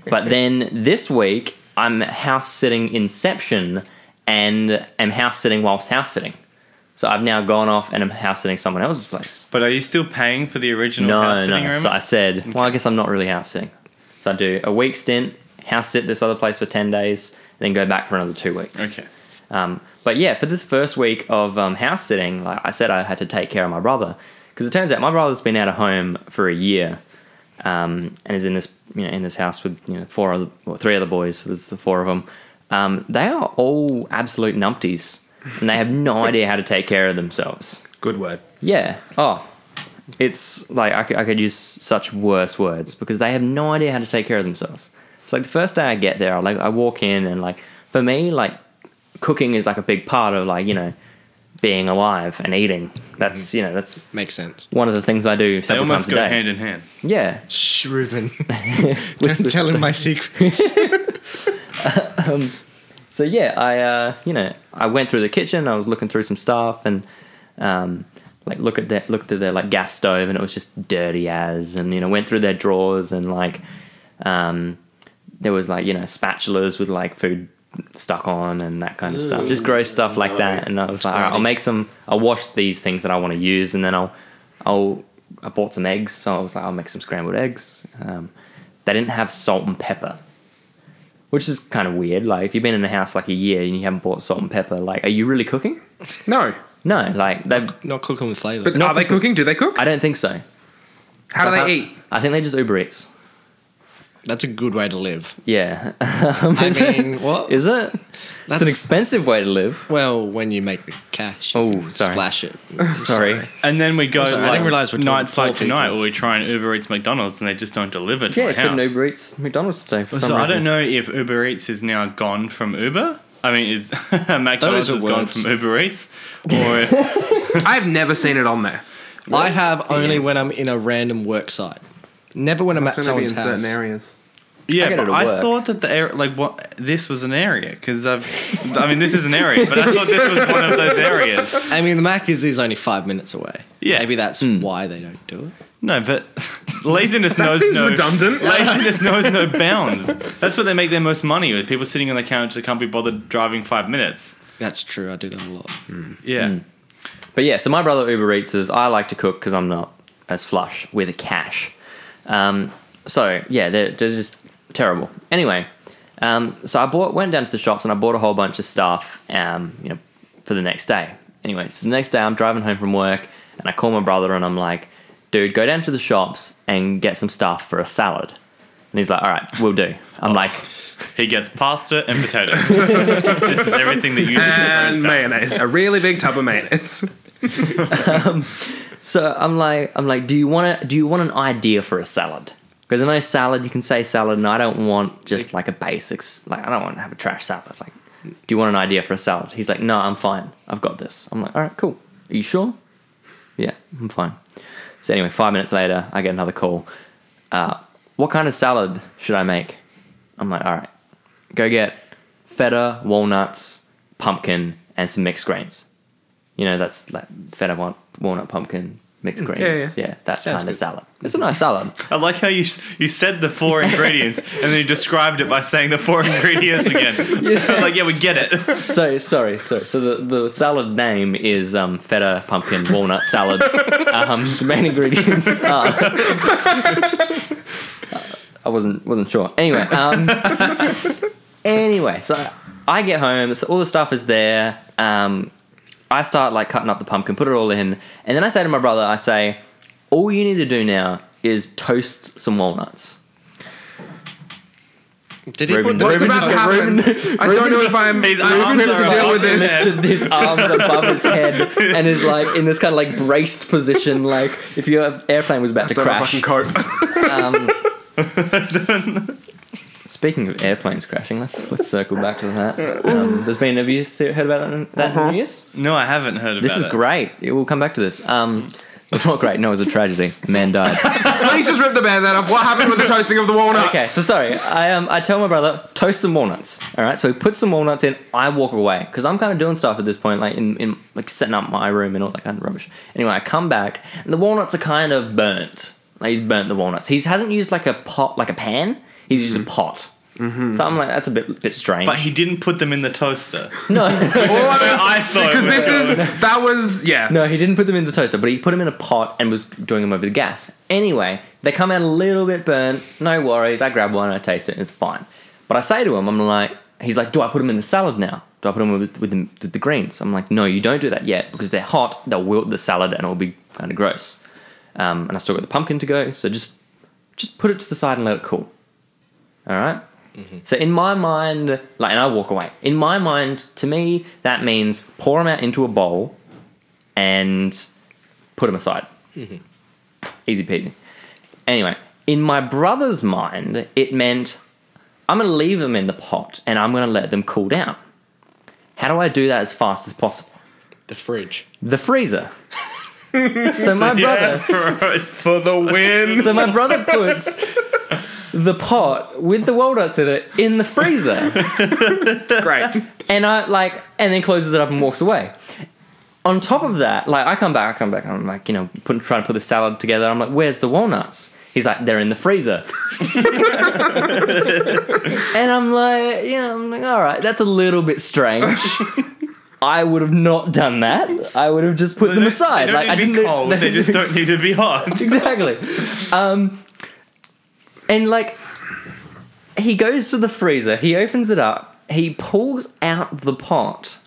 [SPEAKER 2] but then this week, I'm house sitting Inception, and am house sitting whilst house sitting. So I've now gone off and I'm house sitting someone else's place.
[SPEAKER 1] But are you still paying for the original
[SPEAKER 2] No,
[SPEAKER 1] house sitting
[SPEAKER 2] no.
[SPEAKER 1] room?
[SPEAKER 2] So I said, well, I guess I'm not really house sitting. So I do a week stint, house sit this other place for ten days, then go back for another two weeks.
[SPEAKER 1] okay.
[SPEAKER 2] Um, but yeah, for this first week of um, house sitting, like I said, I had to take care of my brother because it turns out my brother's been out of home for a year, um, and is in this you know in this house with you know four other well, three other boys. So there's the four of them. Um, they are all absolute numpties, and they have no idea how to take care of themselves.
[SPEAKER 3] Good word.
[SPEAKER 2] Yeah. Oh, it's like I could, I could use such worse words because they have no idea how to take care of themselves. It's like the first day I get there, I like I walk in and like for me like cooking is like a big part of like you know being alive and eating. That's you know that's
[SPEAKER 4] Makes sense.
[SPEAKER 2] one of the things I do
[SPEAKER 1] Mm-hmm. They
[SPEAKER 2] several
[SPEAKER 1] almost
[SPEAKER 2] times a
[SPEAKER 1] go
[SPEAKER 2] day.
[SPEAKER 1] hand in hand.
[SPEAKER 2] Yeah.
[SPEAKER 4] Shh, Ruben. Don't tell him my secret.
[SPEAKER 2] So yeah, I uh, you know I went through the kitchen. I was looking through some stuff and um, like look at that looked at their like gas stove and it was just dirty as and you know went through their drawers and like um, there was like you know spatulas with like food stuck on and that kind of stuff. Just gross stuff like that. And I was like, all right, I'll make some. I'll wash these things that I want to use and then I'll I'll I bought some eggs. So I was like, I'll make some scrambled eggs. Um, they didn't have salt and pepper which is kind of weird. Like, if you've been in a house like a year and you haven't bought salt and pepper, like, are you really cooking?
[SPEAKER 3] No,
[SPEAKER 2] No, like, they.
[SPEAKER 4] Not cooking with flavour.
[SPEAKER 3] but are they cooking? Do they cook?
[SPEAKER 2] I don't think so.
[SPEAKER 3] How do
[SPEAKER 2] I
[SPEAKER 3] they
[SPEAKER 2] think-
[SPEAKER 3] eat?
[SPEAKER 2] I think they just Uber Eats.
[SPEAKER 4] That's a good way to live.
[SPEAKER 2] Yeah,
[SPEAKER 4] I mean, what?
[SPEAKER 2] is it? That's an
[SPEAKER 4] That's-
[SPEAKER 2] expensive way to live.
[SPEAKER 4] well, when you make the cash,
[SPEAKER 2] Oh,
[SPEAKER 4] you
[SPEAKER 2] sorry.
[SPEAKER 4] splash it.
[SPEAKER 2] Sorry.
[SPEAKER 1] And then we go
[SPEAKER 4] Also, I
[SPEAKER 1] like
[SPEAKER 4] didn't realise we're talking
[SPEAKER 1] nights like
[SPEAKER 4] poor
[SPEAKER 1] tonight
[SPEAKER 4] people.
[SPEAKER 1] where we try and Uber Eats McDonald's and they just don't deliver to
[SPEAKER 2] Yeah,
[SPEAKER 1] my
[SPEAKER 2] couldn't
[SPEAKER 1] house.
[SPEAKER 2] Uber Eats McDonald's today for some
[SPEAKER 1] so I
[SPEAKER 2] reason.
[SPEAKER 1] don't know if Uber Eats is now gone from Uber. I mean, is McDonald's
[SPEAKER 4] Those are
[SPEAKER 1] is gone
[SPEAKER 4] words.
[SPEAKER 1] from Uber Eats, or if,
[SPEAKER 3] I've never seen it on there.
[SPEAKER 4] I have only
[SPEAKER 2] Yes.
[SPEAKER 4] when I'm in a random work site. Never when I'm at
[SPEAKER 3] It's only
[SPEAKER 4] someone's
[SPEAKER 3] in
[SPEAKER 4] house.
[SPEAKER 3] certain areas.
[SPEAKER 1] yeah,
[SPEAKER 2] I get it
[SPEAKER 1] but
[SPEAKER 2] at
[SPEAKER 1] I
[SPEAKER 2] work.
[SPEAKER 1] thought that the area, like what this was an area because I've, I mean, this is an area, but I thought this was one of those areas.
[SPEAKER 4] I mean, the Mac is, is only five minutes away.
[SPEAKER 1] Yeah.
[SPEAKER 4] Maybe that's
[SPEAKER 2] Hmm.
[SPEAKER 4] why they don't do it.
[SPEAKER 1] No, but laziness knows
[SPEAKER 3] seems
[SPEAKER 1] no
[SPEAKER 3] redundant.
[SPEAKER 1] Laziness knows no bounds. That's what they make their most money with. People sitting on the couch that can't be bothered driving five minutes.
[SPEAKER 4] That's true. I do that a lot.
[SPEAKER 2] Hmm.
[SPEAKER 1] Yeah.
[SPEAKER 2] But yeah, so my brother Uber Eats is I like to cook because I'm not as flush with cash. Um, so yeah, they're, they're just terrible. Anyway, um, so I bought went down to the shops and I bought a whole bunch of stuff. Um, you know, for the next day. Anyway, so the next day I'm driving home from work and I call my brother and I'm like, "Dude, go down to the shops and get some stuff for a salad." And he's like, "All right, we'll do." I'm like,
[SPEAKER 1] He gets pasta and potatoes. this is everything that you do.
[SPEAKER 3] And mayonnaise, a really big tub of mayonnaise.
[SPEAKER 2] So I'm like, I'm like, do you want to? Do you want an idea for a salad? Because I know salad, you can say salad, and I don't want just like a basics. Like I don't want to have a trash salad. Like, do you want an idea for a salad? He's like, no, I'm fine. I've got this. I'm like, all right, cool. Are you sure? Yeah, I'm fine. So anyway, five minutes later, I get another call. Uh, what kind of salad should I make? I'm like, all right, go get feta, walnuts, pumpkin, and some mixed grains. You know, that's like feta, wa- walnut, pumpkin, mixed greens.
[SPEAKER 3] yeah,
[SPEAKER 2] Yeah,
[SPEAKER 3] yeah.
[SPEAKER 2] that
[SPEAKER 4] Sounds
[SPEAKER 2] kind
[SPEAKER 4] good.
[SPEAKER 2] of salad. It's a nice salad.
[SPEAKER 1] I like how you s- you said the four ingredients and then you described it by saying the four ingredients again. like, yeah, we get it.
[SPEAKER 2] so sorry, sorry. So the, the salad name is um, feta pumpkin walnut salad. um, the main ingredients are. I wasn't wasn't sure. Anyway, um, anyway, so I get home. So all the stuff is there. Um, I start like cutting up the pumpkin, put it all in, and then I say to my brother, I say, all you need to do now is toast some walnuts.
[SPEAKER 4] Did he
[SPEAKER 2] Reuben-
[SPEAKER 4] put the
[SPEAKER 3] What's
[SPEAKER 2] Reuben
[SPEAKER 3] about to
[SPEAKER 2] just got-
[SPEAKER 3] happen? I don't know if I'm
[SPEAKER 1] His
[SPEAKER 3] I'm
[SPEAKER 1] arms
[SPEAKER 3] able to
[SPEAKER 1] are
[SPEAKER 3] deal with
[SPEAKER 1] up in
[SPEAKER 3] this.
[SPEAKER 1] there.
[SPEAKER 2] with his arms above his head and is like in this kind of like braced position, like if your airplane was about to
[SPEAKER 3] Don't know if I
[SPEAKER 2] crash.
[SPEAKER 3] can cope.
[SPEAKER 2] Um, Speaking of airplanes crashing, let's let's circle back to that. Um, there's been have you se- heard about that in, that in the news?
[SPEAKER 1] No, I haven't heard about
[SPEAKER 2] This is
[SPEAKER 1] it.
[SPEAKER 2] great. Yeah, We'll come back to this. Um, it's not great. No, it was a tragedy. Man died.
[SPEAKER 3] Please just rip the band-aid off. What happened with the toasting of the walnuts?
[SPEAKER 2] Okay, so sorry. I um I tell my brother toast some walnuts. All right, so he puts some walnuts in. I walk away because I'm kind of doing stuff at this point, like in, in like setting up my room and all that kind of rubbish. Anyway, I come back and the walnuts are kind of burnt. Like he's burnt the walnuts. He hasn't used like a pot, like a pan. He's used a pot. So I'm like, that's a bit bit strange.
[SPEAKER 1] Mm. Mm-hmm. But he didn't put them in the toaster.
[SPEAKER 2] no,
[SPEAKER 3] All I was-
[SPEAKER 1] I thought
[SPEAKER 3] because
[SPEAKER 1] it was-
[SPEAKER 3] this is that was yeah.
[SPEAKER 2] No, he didn't put them in the toaster, but he put them in a pot and was doing them over the gas. Anyway, they come out a little bit burnt. No worries. I grab one, I taste it, and it's fine. But I say to him, I'm like, he's like, do I put them in the salad now? Do I put them with, with, the, with the greens? I'm like, no, you don't do that yet because they're hot. They'll wilt the salad and it'll be kind of gross. Um, and I still got the pumpkin to go, so just just put it to the side and let it cool. All right? So in my mind, like, and I walk away. In my mind, to me, that means pour them out into a bowl and put them aside. Easy peasy. Anyway, in my brother's mind, it meant I'm going to leave them in the pot and I'm going to let them cool down. How do I do that as fast as possible?
[SPEAKER 4] The fridge.
[SPEAKER 2] The freezer. so my
[SPEAKER 1] Yeah,
[SPEAKER 2] brother,
[SPEAKER 1] for, for the win.
[SPEAKER 2] so my brother puts the pot with the walnuts in it in the freezer.
[SPEAKER 3] Great.
[SPEAKER 2] and I like, and then closes it up and walks away. On top of that, like I come back, I come back, and I'm like, you know, put, trying to put the salad together. I'm like, where's the walnuts? He's like, they're in the freezer. and I'm like, yeah, I'm like, all right, that's a little bit strange. I would have not done that. I would have just put them aside.
[SPEAKER 1] They don't
[SPEAKER 2] like
[SPEAKER 1] need
[SPEAKER 2] I
[SPEAKER 1] to
[SPEAKER 2] didn't
[SPEAKER 1] be cold. They just don't need to be hot.
[SPEAKER 2] exactly. Um, and like, he goes to the freezer. He opens it up. He pulls out the pot,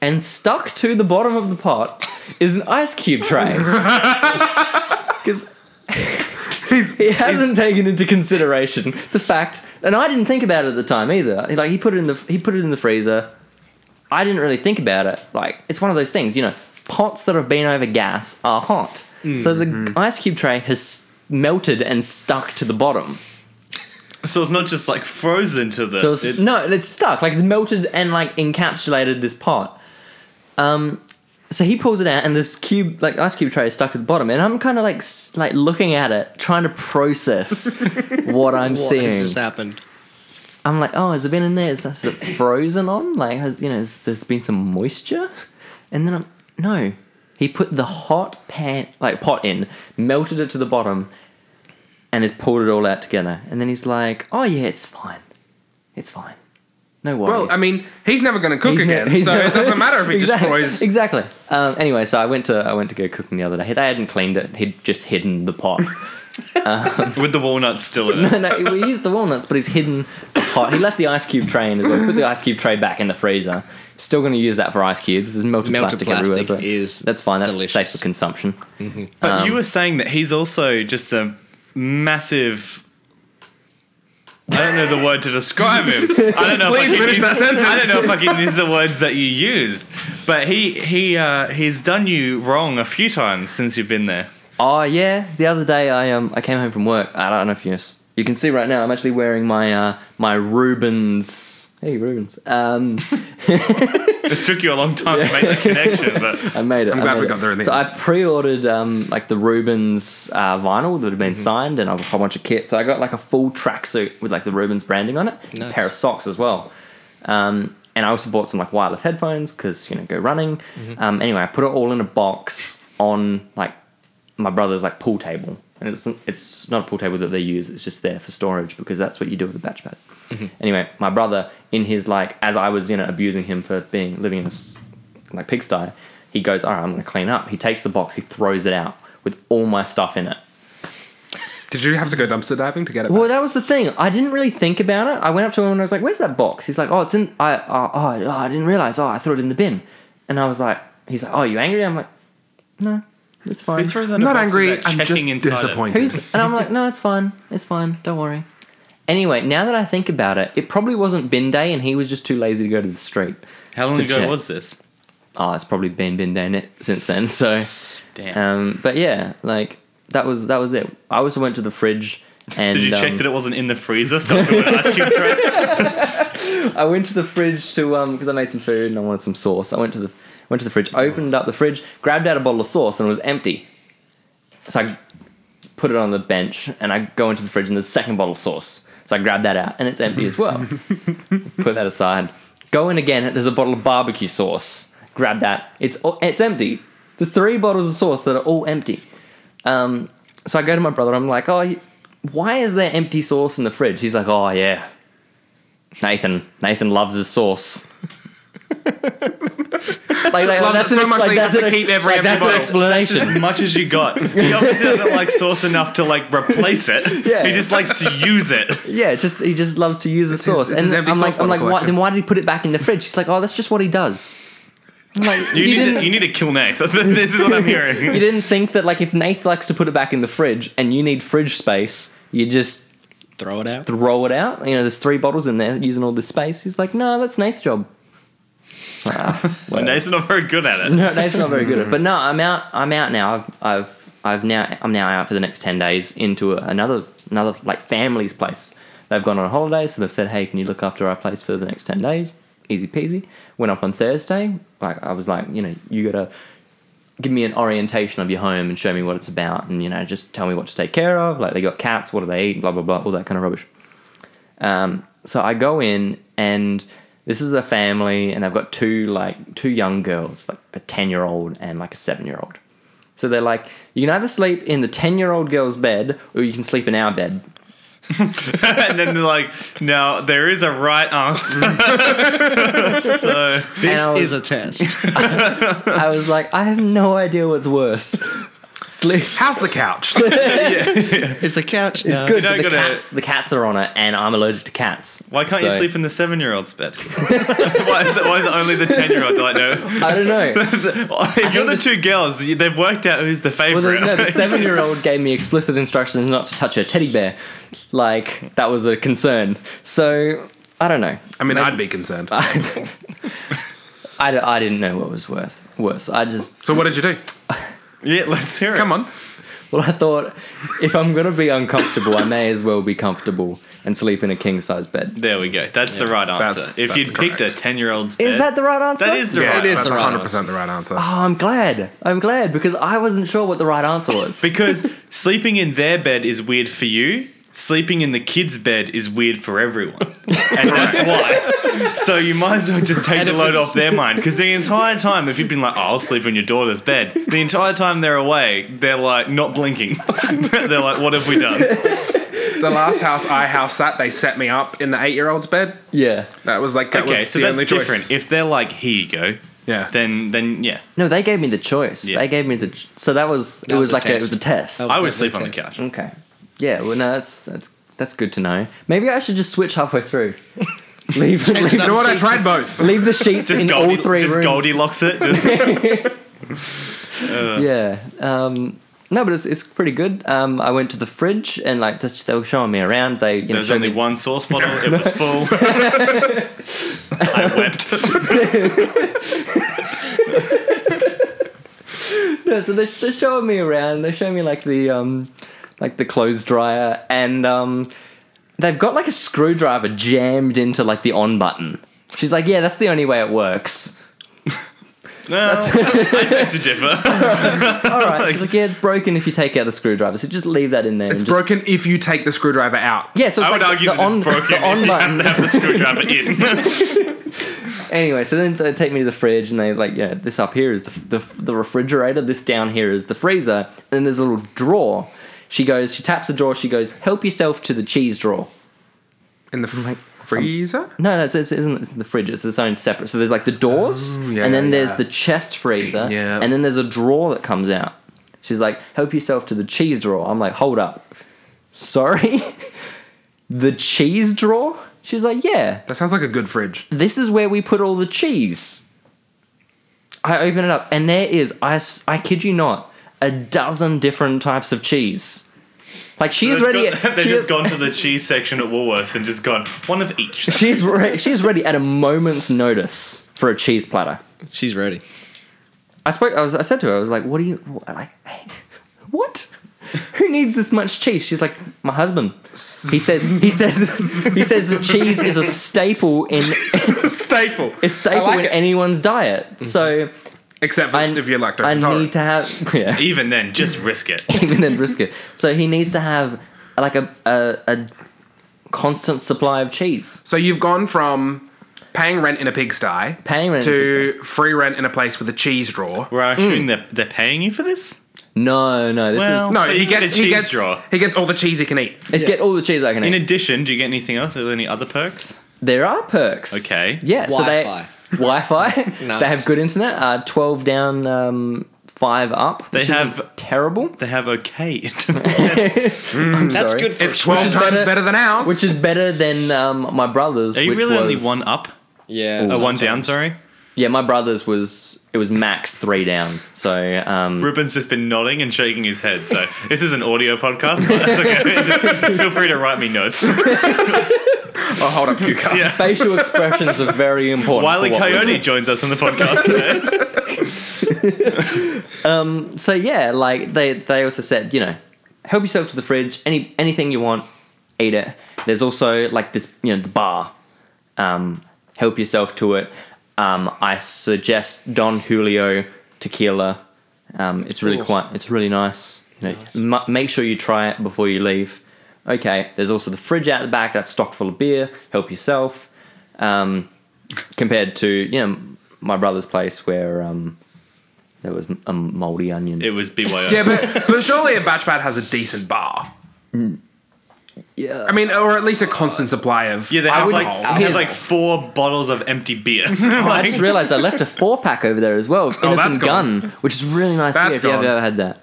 [SPEAKER 2] and stuck to the bottom of the pot is an ice cube tray. Because. he hasn't taken into consideration the fact, and I didn't think about it at the time either. Like he put it in the he put it in the freezer. I didn't really think about it. Like it's one of those things, you know, pots that have been over gas are hot. So the ice cube tray has melted and stuck to the bottom.
[SPEAKER 1] So it's not just like frozen to the.
[SPEAKER 2] So it's,
[SPEAKER 1] it-
[SPEAKER 2] no, it's stuck. Like it's melted and like encapsulated this pot. Um, so he pulls it out, and this cube, like ice cube tray, is stuck at the bottom. And I'm kind of like s- like looking at it, trying to process what I'm
[SPEAKER 4] What has
[SPEAKER 2] seeing.
[SPEAKER 4] just happened?
[SPEAKER 2] I'm like, oh, has it been in there? Is, that, is it frozen on? Like, has you know, has, there's been some moisture? And then I'm no. He put the hot pan like pot in, melted it to the bottom, and has pulled it all out together. And then he's like, oh yeah, it's fine, it's fine, no worries.
[SPEAKER 3] Well, I mean, he's never going to cook
[SPEAKER 2] He's ne-
[SPEAKER 3] again,
[SPEAKER 2] he's
[SPEAKER 3] so
[SPEAKER 2] never-
[SPEAKER 3] it doesn't matter if he
[SPEAKER 2] exactly,
[SPEAKER 3] destroys.
[SPEAKER 2] Exactly. Um, anyway, so I went to I went to go cooking the other day. They hadn't cleaned it. He'd just hidden the pot.
[SPEAKER 1] with the walnuts still in it.
[SPEAKER 2] no, no, we used the walnuts, but he's hidden the pot. He left the ice cube tray in as well. He Put the ice cube tray back in the freezer. Still going to use that for ice cubes. There's melted,
[SPEAKER 4] Melted
[SPEAKER 2] plastic,
[SPEAKER 4] plastic
[SPEAKER 2] everywhere. But
[SPEAKER 4] is
[SPEAKER 2] that's fine. That's safe
[SPEAKER 4] delicious.
[SPEAKER 2] for consumption.
[SPEAKER 1] But you were saying that he's also just a massive. I don't know the word to describe him. I don't know.
[SPEAKER 3] Please
[SPEAKER 1] if I can
[SPEAKER 3] finish
[SPEAKER 1] use,
[SPEAKER 3] that sentence.
[SPEAKER 1] I don't know if I can use the words that you used. But he he uh, he's done you wrong a few times since you've been there.
[SPEAKER 2] Oh yeah, the other day I um I came home from work. I don't know if you s- you can see right now. I'm actually wearing my uh my Rubens. Hey Rubens. Um.
[SPEAKER 1] It took you a long time to make that connection, but
[SPEAKER 2] I made it. I'm
[SPEAKER 3] glad we got there in the
[SPEAKER 2] So
[SPEAKER 3] end.
[SPEAKER 2] I pre-ordered um, like the Rubens uh, vinyl that had
[SPEAKER 3] Mm-hmm.
[SPEAKER 2] been signed, and a whole bunch of kit. So I got like a full tracksuit with like the Rubens branding on it, and a
[SPEAKER 4] Nice.
[SPEAKER 2] pair of socks as well. Um, and I also bought some like wireless headphones because you know go running. Um, anyway, I put it all in a box on like my brother's like pool table, and it's it's not a pool table that they use. It's just there for storage because that's what you do with a batch pad. Anyway, my brother in his like as I was you know abusing him for being living in a s- like pigsty, he goes, "All right, I'm going to clean up." He takes the box, he throws it out with all my stuff in it.
[SPEAKER 3] Did you have to go dumpster diving to get it?
[SPEAKER 2] Well,
[SPEAKER 3] back?
[SPEAKER 2] that was the thing. I didn't really think about it. I went up to him and I was like, "Where's that box?" He's like, "Oh, it's in." I oh, oh, oh I didn't realize. Oh, I threw it in the bin. And I was like, "He's like, oh, you angry?" I'm like, "No, it's fine."
[SPEAKER 1] Who throws that
[SPEAKER 3] I'm
[SPEAKER 1] in a
[SPEAKER 3] not
[SPEAKER 1] box
[SPEAKER 3] angry.
[SPEAKER 1] without
[SPEAKER 3] I'm just
[SPEAKER 1] checking inside it?
[SPEAKER 3] disappointed.
[SPEAKER 2] Who's and I'm like, "No, it's fine. It's fine. Don't worry." Anyway, now that I think about it, it probably wasn't bin day, and he was just too lazy to go to the street.
[SPEAKER 1] How long
[SPEAKER 2] to
[SPEAKER 1] ago
[SPEAKER 2] check.
[SPEAKER 1] was this?
[SPEAKER 2] Oh, it's probably been bin day ne- since then. So,
[SPEAKER 1] Damn.
[SPEAKER 2] um, but yeah, like that was that was it. I also went to the fridge. And,
[SPEAKER 1] Did you check
[SPEAKER 2] um,
[SPEAKER 1] that it wasn't in the freezer stuffed in an ice cube tray?
[SPEAKER 2] I went to the fridge to um because I made some food and I wanted some sauce. I went to the went to the fridge, opened up the fridge, grabbed out a bottle of sauce and it was empty. So I put it on the bench and I go into the fridge and there's a second bottle of sauce. So I grab that out and it's empty as well. put that aside. Go in again. There's a bottle of barbecue sauce. Grab that. It's it's empty. There's three bottles of sauce that are all empty. Um, so I go to my brother. I'm like, oh, why is there empty sauce in the fridge? He's like, oh yeah, Nathan. Nathan loves his sauce. like, like, like,
[SPEAKER 3] Loves
[SPEAKER 2] that's an,
[SPEAKER 3] it so
[SPEAKER 2] ex-
[SPEAKER 3] much that
[SPEAKER 2] like,
[SPEAKER 3] he
[SPEAKER 2] that's
[SPEAKER 3] has
[SPEAKER 2] an
[SPEAKER 3] to
[SPEAKER 2] ex-
[SPEAKER 3] keep every
[SPEAKER 2] like,
[SPEAKER 3] empty
[SPEAKER 2] that's an
[SPEAKER 3] bottle.
[SPEAKER 2] explanation.
[SPEAKER 1] As much as you got. He obviously doesn't like sauce enough to like replace it.
[SPEAKER 2] Yeah.
[SPEAKER 1] He just likes to use it.
[SPEAKER 2] Yeah, it's just he just loves to use the
[SPEAKER 3] his-
[SPEAKER 2] sauce.
[SPEAKER 3] it's
[SPEAKER 2] and
[SPEAKER 3] his empty
[SPEAKER 2] I'm
[SPEAKER 3] sauce
[SPEAKER 2] like, I'm
[SPEAKER 3] bottle
[SPEAKER 2] like, why,
[SPEAKER 3] collection.
[SPEAKER 2] then why did he put it back in the fridge? He's like, oh, that's just what he does. I'm like,
[SPEAKER 1] You
[SPEAKER 2] he
[SPEAKER 1] need
[SPEAKER 2] didn't-
[SPEAKER 1] to, you need to kill Nate. This is what I'm
[SPEAKER 2] you
[SPEAKER 1] hearing.
[SPEAKER 2] didn't think that like if Nath likes to put it back in the fridge and you need fridge space, you just
[SPEAKER 4] Throw it out.
[SPEAKER 2] throw it out. You know, there's three bottles in there using all this space. He's like, no, that's Nath's job. Ah, whatever.
[SPEAKER 1] Nate's not very good at it.
[SPEAKER 2] no, Nath's not very good at it. But no, I'm out. I'm out now. I've I've I've now I'm now out for the next ten days into a, another another like family's place. They've gone on holiday, so they've said, hey, can you look after our place for the next ten days? Easy peasy. Went up on Thursday. Like I was like, you know, you gotta give me an orientation of your home and show me what it's about and you know just tell me what to take care of like they got cats what do they eat blah blah blah all that kind of rubbish um, so i go in and this is a family and they've got two like two young girls like a 10 year old and like a 7 year old so they're like you can either sleep in the 10 year old girl's bed or you can sleep in our bed
[SPEAKER 1] And then they're like, no, there is a right answer. so
[SPEAKER 4] This
[SPEAKER 2] And I was-
[SPEAKER 4] is a test.
[SPEAKER 2] i was like i have no idea what's worse sleep
[SPEAKER 3] How's the couch?
[SPEAKER 4] it's the couch.
[SPEAKER 2] it's
[SPEAKER 4] now.
[SPEAKER 2] good.
[SPEAKER 1] You don't
[SPEAKER 2] The
[SPEAKER 1] gotta-
[SPEAKER 2] cats, the cats are on it, and I'm allergic to cats.
[SPEAKER 1] why can't you
[SPEAKER 2] So-
[SPEAKER 1] sleep in the seven year old's bed? why, is it, why is it only the ten year old? Like, no.
[SPEAKER 2] I don't know.
[SPEAKER 1] if you're the
[SPEAKER 2] the-
[SPEAKER 1] two girls, you- they've worked out who's the
[SPEAKER 2] Well, the,
[SPEAKER 1] favorite.
[SPEAKER 2] no, the seven-year-old gave me explicit instructions not to touch her teddy bear. Like that was a concern. So I don't know.
[SPEAKER 3] I mean, I'd be concerned.
[SPEAKER 2] I, I, d- I didn't know what was worth worse. I just
[SPEAKER 3] So what did you do?
[SPEAKER 1] yeah, let's hear it.
[SPEAKER 3] Come on.
[SPEAKER 2] well, I thought if I'm gonna be uncomfortable, I may as well be comfortable and sleep in a king-size bed.
[SPEAKER 1] There we go. That's the right answer.
[SPEAKER 3] That's-
[SPEAKER 1] if
[SPEAKER 3] that's
[SPEAKER 1] you'd picked a
[SPEAKER 3] correct.
[SPEAKER 1] ten year old's bed,
[SPEAKER 2] Is that the right answer?
[SPEAKER 1] that is the right
[SPEAKER 4] it is
[SPEAKER 1] answer.
[SPEAKER 4] the
[SPEAKER 3] that's
[SPEAKER 4] right
[SPEAKER 3] 100% the right answer.
[SPEAKER 2] Oh, I'm glad. I'm glad because I wasn't sure what the right answer was.
[SPEAKER 1] Because sleeping in their bed is weird for you. Sleeping in the kids' bed is weird for everyone, and that's why. So you might as well just take
[SPEAKER 4] And
[SPEAKER 1] the
[SPEAKER 4] if
[SPEAKER 1] load
[SPEAKER 4] it's-
[SPEAKER 1] off their mind. Because the entire time, if you've been like, "Oh, I'll sleep in your daughter's bed," the entire time they're away, they're like not blinking. they're like, "What have we done?"
[SPEAKER 3] the last house I house sat, they set me up in the eight-year-old's bed.
[SPEAKER 2] yeah.
[SPEAKER 3] That was like that
[SPEAKER 1] Okay,
[SPEAKER 3] was
[SPEAKER 1] so
[SPEAKER 3] the
[SPEAKER 1] that's
[SPEAKER 3] only choice.
[SPEAKER 1] different. If they're like, "Here you go,"
[SPEAKER 3] Yeah.
[SPEAKER 1] then then yeah,
[SPEAKER 2] No, they gave me the choice.
[SPEAKER 1] Yeah.
[SPEAKER 2] They gave me the ch- so that was it
[SPEAKER 4] That
[SPEAKER 2] was,
[SPEAKER 4] was a
[SPEAKER 2] like a, it
[SPEAKER 4] test.
[SPEAKER 2] was a test.
[SPEAKER 4] That was
[SPEAKER 1] I would
[SPEAKER 4] definitely
[SPEAKER 1] sleep on the
[SPEAKER 4] a test.
[SPEAKER 1] couch.
[SPEAKER 2] Okay. Yeah. Well, no, that's that's that's good to know. Maybe I should just switch halfway through. leave, leave,
[SPEAKER 3] you know what? I tried both.
[SPEAKER 2] leave the sheets
[SPEAKER 1] Just
[SPEAKER 2] in
[SPEAKER 1] Goldie,
[SPEAKER 2] all three
[SPEAKER 1] just
[SPEAKER 2] rooms.
[SPEAKER 1] Goldilocks it. Just,
[SPEAKER 2] yeah. Um, no, but it's, it's pretty good. Um, I went to the fridge and like just, they were showing me around. They you know
[SPEAKER 1] there was
[SPEAKER 2] showed
[SPEAKER 1] only
[SPEAKER 2] me
[SPEAKER 1] one sauce bottle. It was full. I wept.
[SPEAKER 2] No, so they're, they're showing me around. They're showing me like the um, like the clothes dryer, and um, they've got like a screwdriver jammed into like the on button. She's like, yeah, that's the only way it works.
[SPEAKER 1] No, I beg to differ.
[SPEAKER 2] All right. She's like, yeah, it's broken if you take out the screwdriver. So just leave that in there.
[SPEAKER 3] It's
[SPEAKER 2] and just-
[SPEAKER 3] broken if you take the screwdriver out.
[SPEAKER 2] Yeah, so it's
[SPEAKER 1] I would
[SPEAKER 2] like
[SPEAKER 1] argue
[SPEAKER 2] the,
[SPEAKER 1] that
[SPEAKER 2] on,
[SPEAKER 1] it's broken.
[SPEAKER 2] the
[SPEAKER 1] if
[SPEAKER 2] on
[SPEAKER 1] you have
[SPEAKER 2] button.
[SPEAKER 1] to have the screwdriver in.
[SPEAKER 2] Anyway, so then they take me to the fridge and they like, yeah, this up here is the, the, the refrigerator, this down here is the freezer, and then there's a little drawer. She goes, she taps the drawer, she goes, help yourself to the cheese drawer.
[SPEAKER 3] In the f- freezer?
[SPEAKER 2] No, no, it's, it's, it isn't it's in the fridge. It's its own separate. So there's like the doors,
[SPEAKER 3] Oh, yeah,
[SPEAKER 2] and then
[SPEAKER 3] yeah,
[SPEAKER 2] there's
[SPEAKER 3] yeah.
[SPEAKER 2] the chest freezer,
[SPEAKER 3] Yeah.
[SPEAKER 2] and then there's a drawer that comes out. She's like, "Help yourself to the cheese drawer." I'm like, "Hold up, sorry, the cheese drawer?" She's like, "Yeah,
[SPEAKER 3] That sounds like a good fridge.
[SPEAKER 2] this is where we put all the cheese." I open it up, and there is I, s- I kid you not, a dozen different types of cheese. Like she's
[SPEAKER 1] They've
[SPEAKER 2] ready.
[SPEAKER 1] got-
[SPEAKER 2] at-
[SPEAKER 1] they've
[SPEAKER 2] she-
[SPEAKER 1] just gone to the cheese section at Woolworths and just gone one of each.
[SPEAKER 2] She's re- she's ready at a moment's notice for a cheese platter.
[SPEAKER 4] She's ready.
[SPEAKER 2] I spoke. I was. I said to her, I was like, "What do you what, like? Hey, what? Who needs this much cheese?" She's like, "My husband." He says. He says. he says the cheese is a staple in
[SPEAKER 3] Staple.
[SPEAKER 2] a staple
[SPEAKER 3] I like
[SPEAKER 2] in
[SPEAKER 3] it.
[SPEAKER 2] anyone's diet. So
[SPEAKER 3] Except for
[SPEAKER 2] I,
[SPEAKER 3] if you're lactose
[SPEAKER 2] I
[SPEAKER 3] intolerant.
[SPEAKER 2] need to have yeah,
[SPEAKER 1] Even then, just risk it.
[SPEAKER 2] even then brisket. So he needs to have like a a, a constant supply of cheese.
[SPEAKER 3] So you've gone from paying rent in a pigsty
[SPEAKER 2] Paying rent in a
[SPEAKER 3] to free rent in a place with a cheese drawer.
[SPEAKER 1] We're assuming they're, they're paying you for this?
[SPEAKER 2] No, no, this
[SPEAKER 1] Well-
[SPEAKER 2] is
[SPEAKER 3] No,
[SPEAKER 1] But
[SPEAKER 3] he
[SPEAKER 1] you get
[SPEAKER 3] gets
[SPEAKER 1] a
[SPEAKER 3] he
[SPEAKER 1] cheese
[SPEAKER 3] gets
[SPEAKER 1] drawer.
[SPEAKER 3] he gets all the cheese he can eat.
[SPEAKER 2] it get all the cheese I can
[SPEAKER 1] In
[SPEAKER 2] eat.
[SPEAKER 1] addition, do you get anything else? Are there any other perks?
[SPEAKER 2] There are perks.
[SPEAKER 1] Okay.
[SPEAKER 2] Yeah.
[SPEAKER 4] Wi-Fi.
[SPEAKER 2] So they Wi-Fi.
[SPEAKER 4] Nice.
[SPEAKER 2] They have good internet. Uh, Twelve down, um, five up.
[SPEAKER 1] They
[SPEAKER 2] which isn't
[SPEAKER 1] have-
[SPEAKER 2] terrible.
[SPEAKER 1] They have okay.
[SPEAKER 4] That's
[SPEAKER 2] sorry.
[SPEAKER 4] good for
[SPEAKER 3] It's twelve
[SPEAKER 4] a
[SPEAKER 3] times
[SPEAKER 2] better-
[SPEAKER 3] better, than ours.
[SPEAKER 2] Which is better than um, my brother's.
[SPEAKER 1] Are you
[SPEAKER 2] which
[SPEAKER 1] really only
[SPEAKER 2] was-
[SPEAKER 1] one up?
[SPEAKER 4] Yeah.
[SPEAKER 1] Uh, one
[SPEAKER 4] sometimes.
[SPEAKER 1] down, sorry.
[SPEAKER 2] Yeah, my brother's was it was max three down. So um,
[SPEAKER 1] Ruben's just been nodding and shaking his head. So this is an audio podcast, but that's okay. Feel free to write me notes.
[SPEAKER 3] oh, hold up, cucumber.
[SPEAKER 1] Yeah.
[SPEAKER 2] facial expressions are very important.
[SPEAKER 1] Wiley
[SPEAKER 2] for what we
[SPEAKER 1] E. Coyote
[SPEAKER 2] do.
[SPEAKER 1] joins us on the podcast today.
[SPEAKER 2] So yeah, like they they also said, you know, help yourself to the fridge. Any anything you want, eat it. There's also like this, you know, the bar. Um, help yourself to it. Um, I suggest Don Julio tequila. Um, it's really
[SPEAKER 4] Ooh.
[SPEAKER 2] quite. It's really nice. You know, ma- make sure you try it before you leave. Okay. There's also the fridge out the back that's stocked full of beer. Help yourself. Um, compared to you know my brother's place where um, there was a moldy onion.
[SPEAKER 1] It was BYO.
[SPEAKER 3] Yeah, but, but surely a batch pad has a decent bar. Yeah. I mean, or at least a constant supply of
[SPEAKER 1] Yeah, they have
[SPEAKER 3] alcohol.
[SPEAKER 1] like, they have
[SPEAKER 2] Here's-
[SPEAKER 1] like four bottles of empty beer.
[SPEAKER 2] I
[SPEAKER 1] Like-
[SPEAKER 2] just realised I left a four pack over there as well of Innocent
[SPEAKER 3] Oh, that's gone.
[SPEAKER 2] Gun, which is really nice beer
[SPEAKER 3] That's
[SPEAKER 2] if you have
[SPEAKER 3] gone.
[SPEAKER 2] ever had that.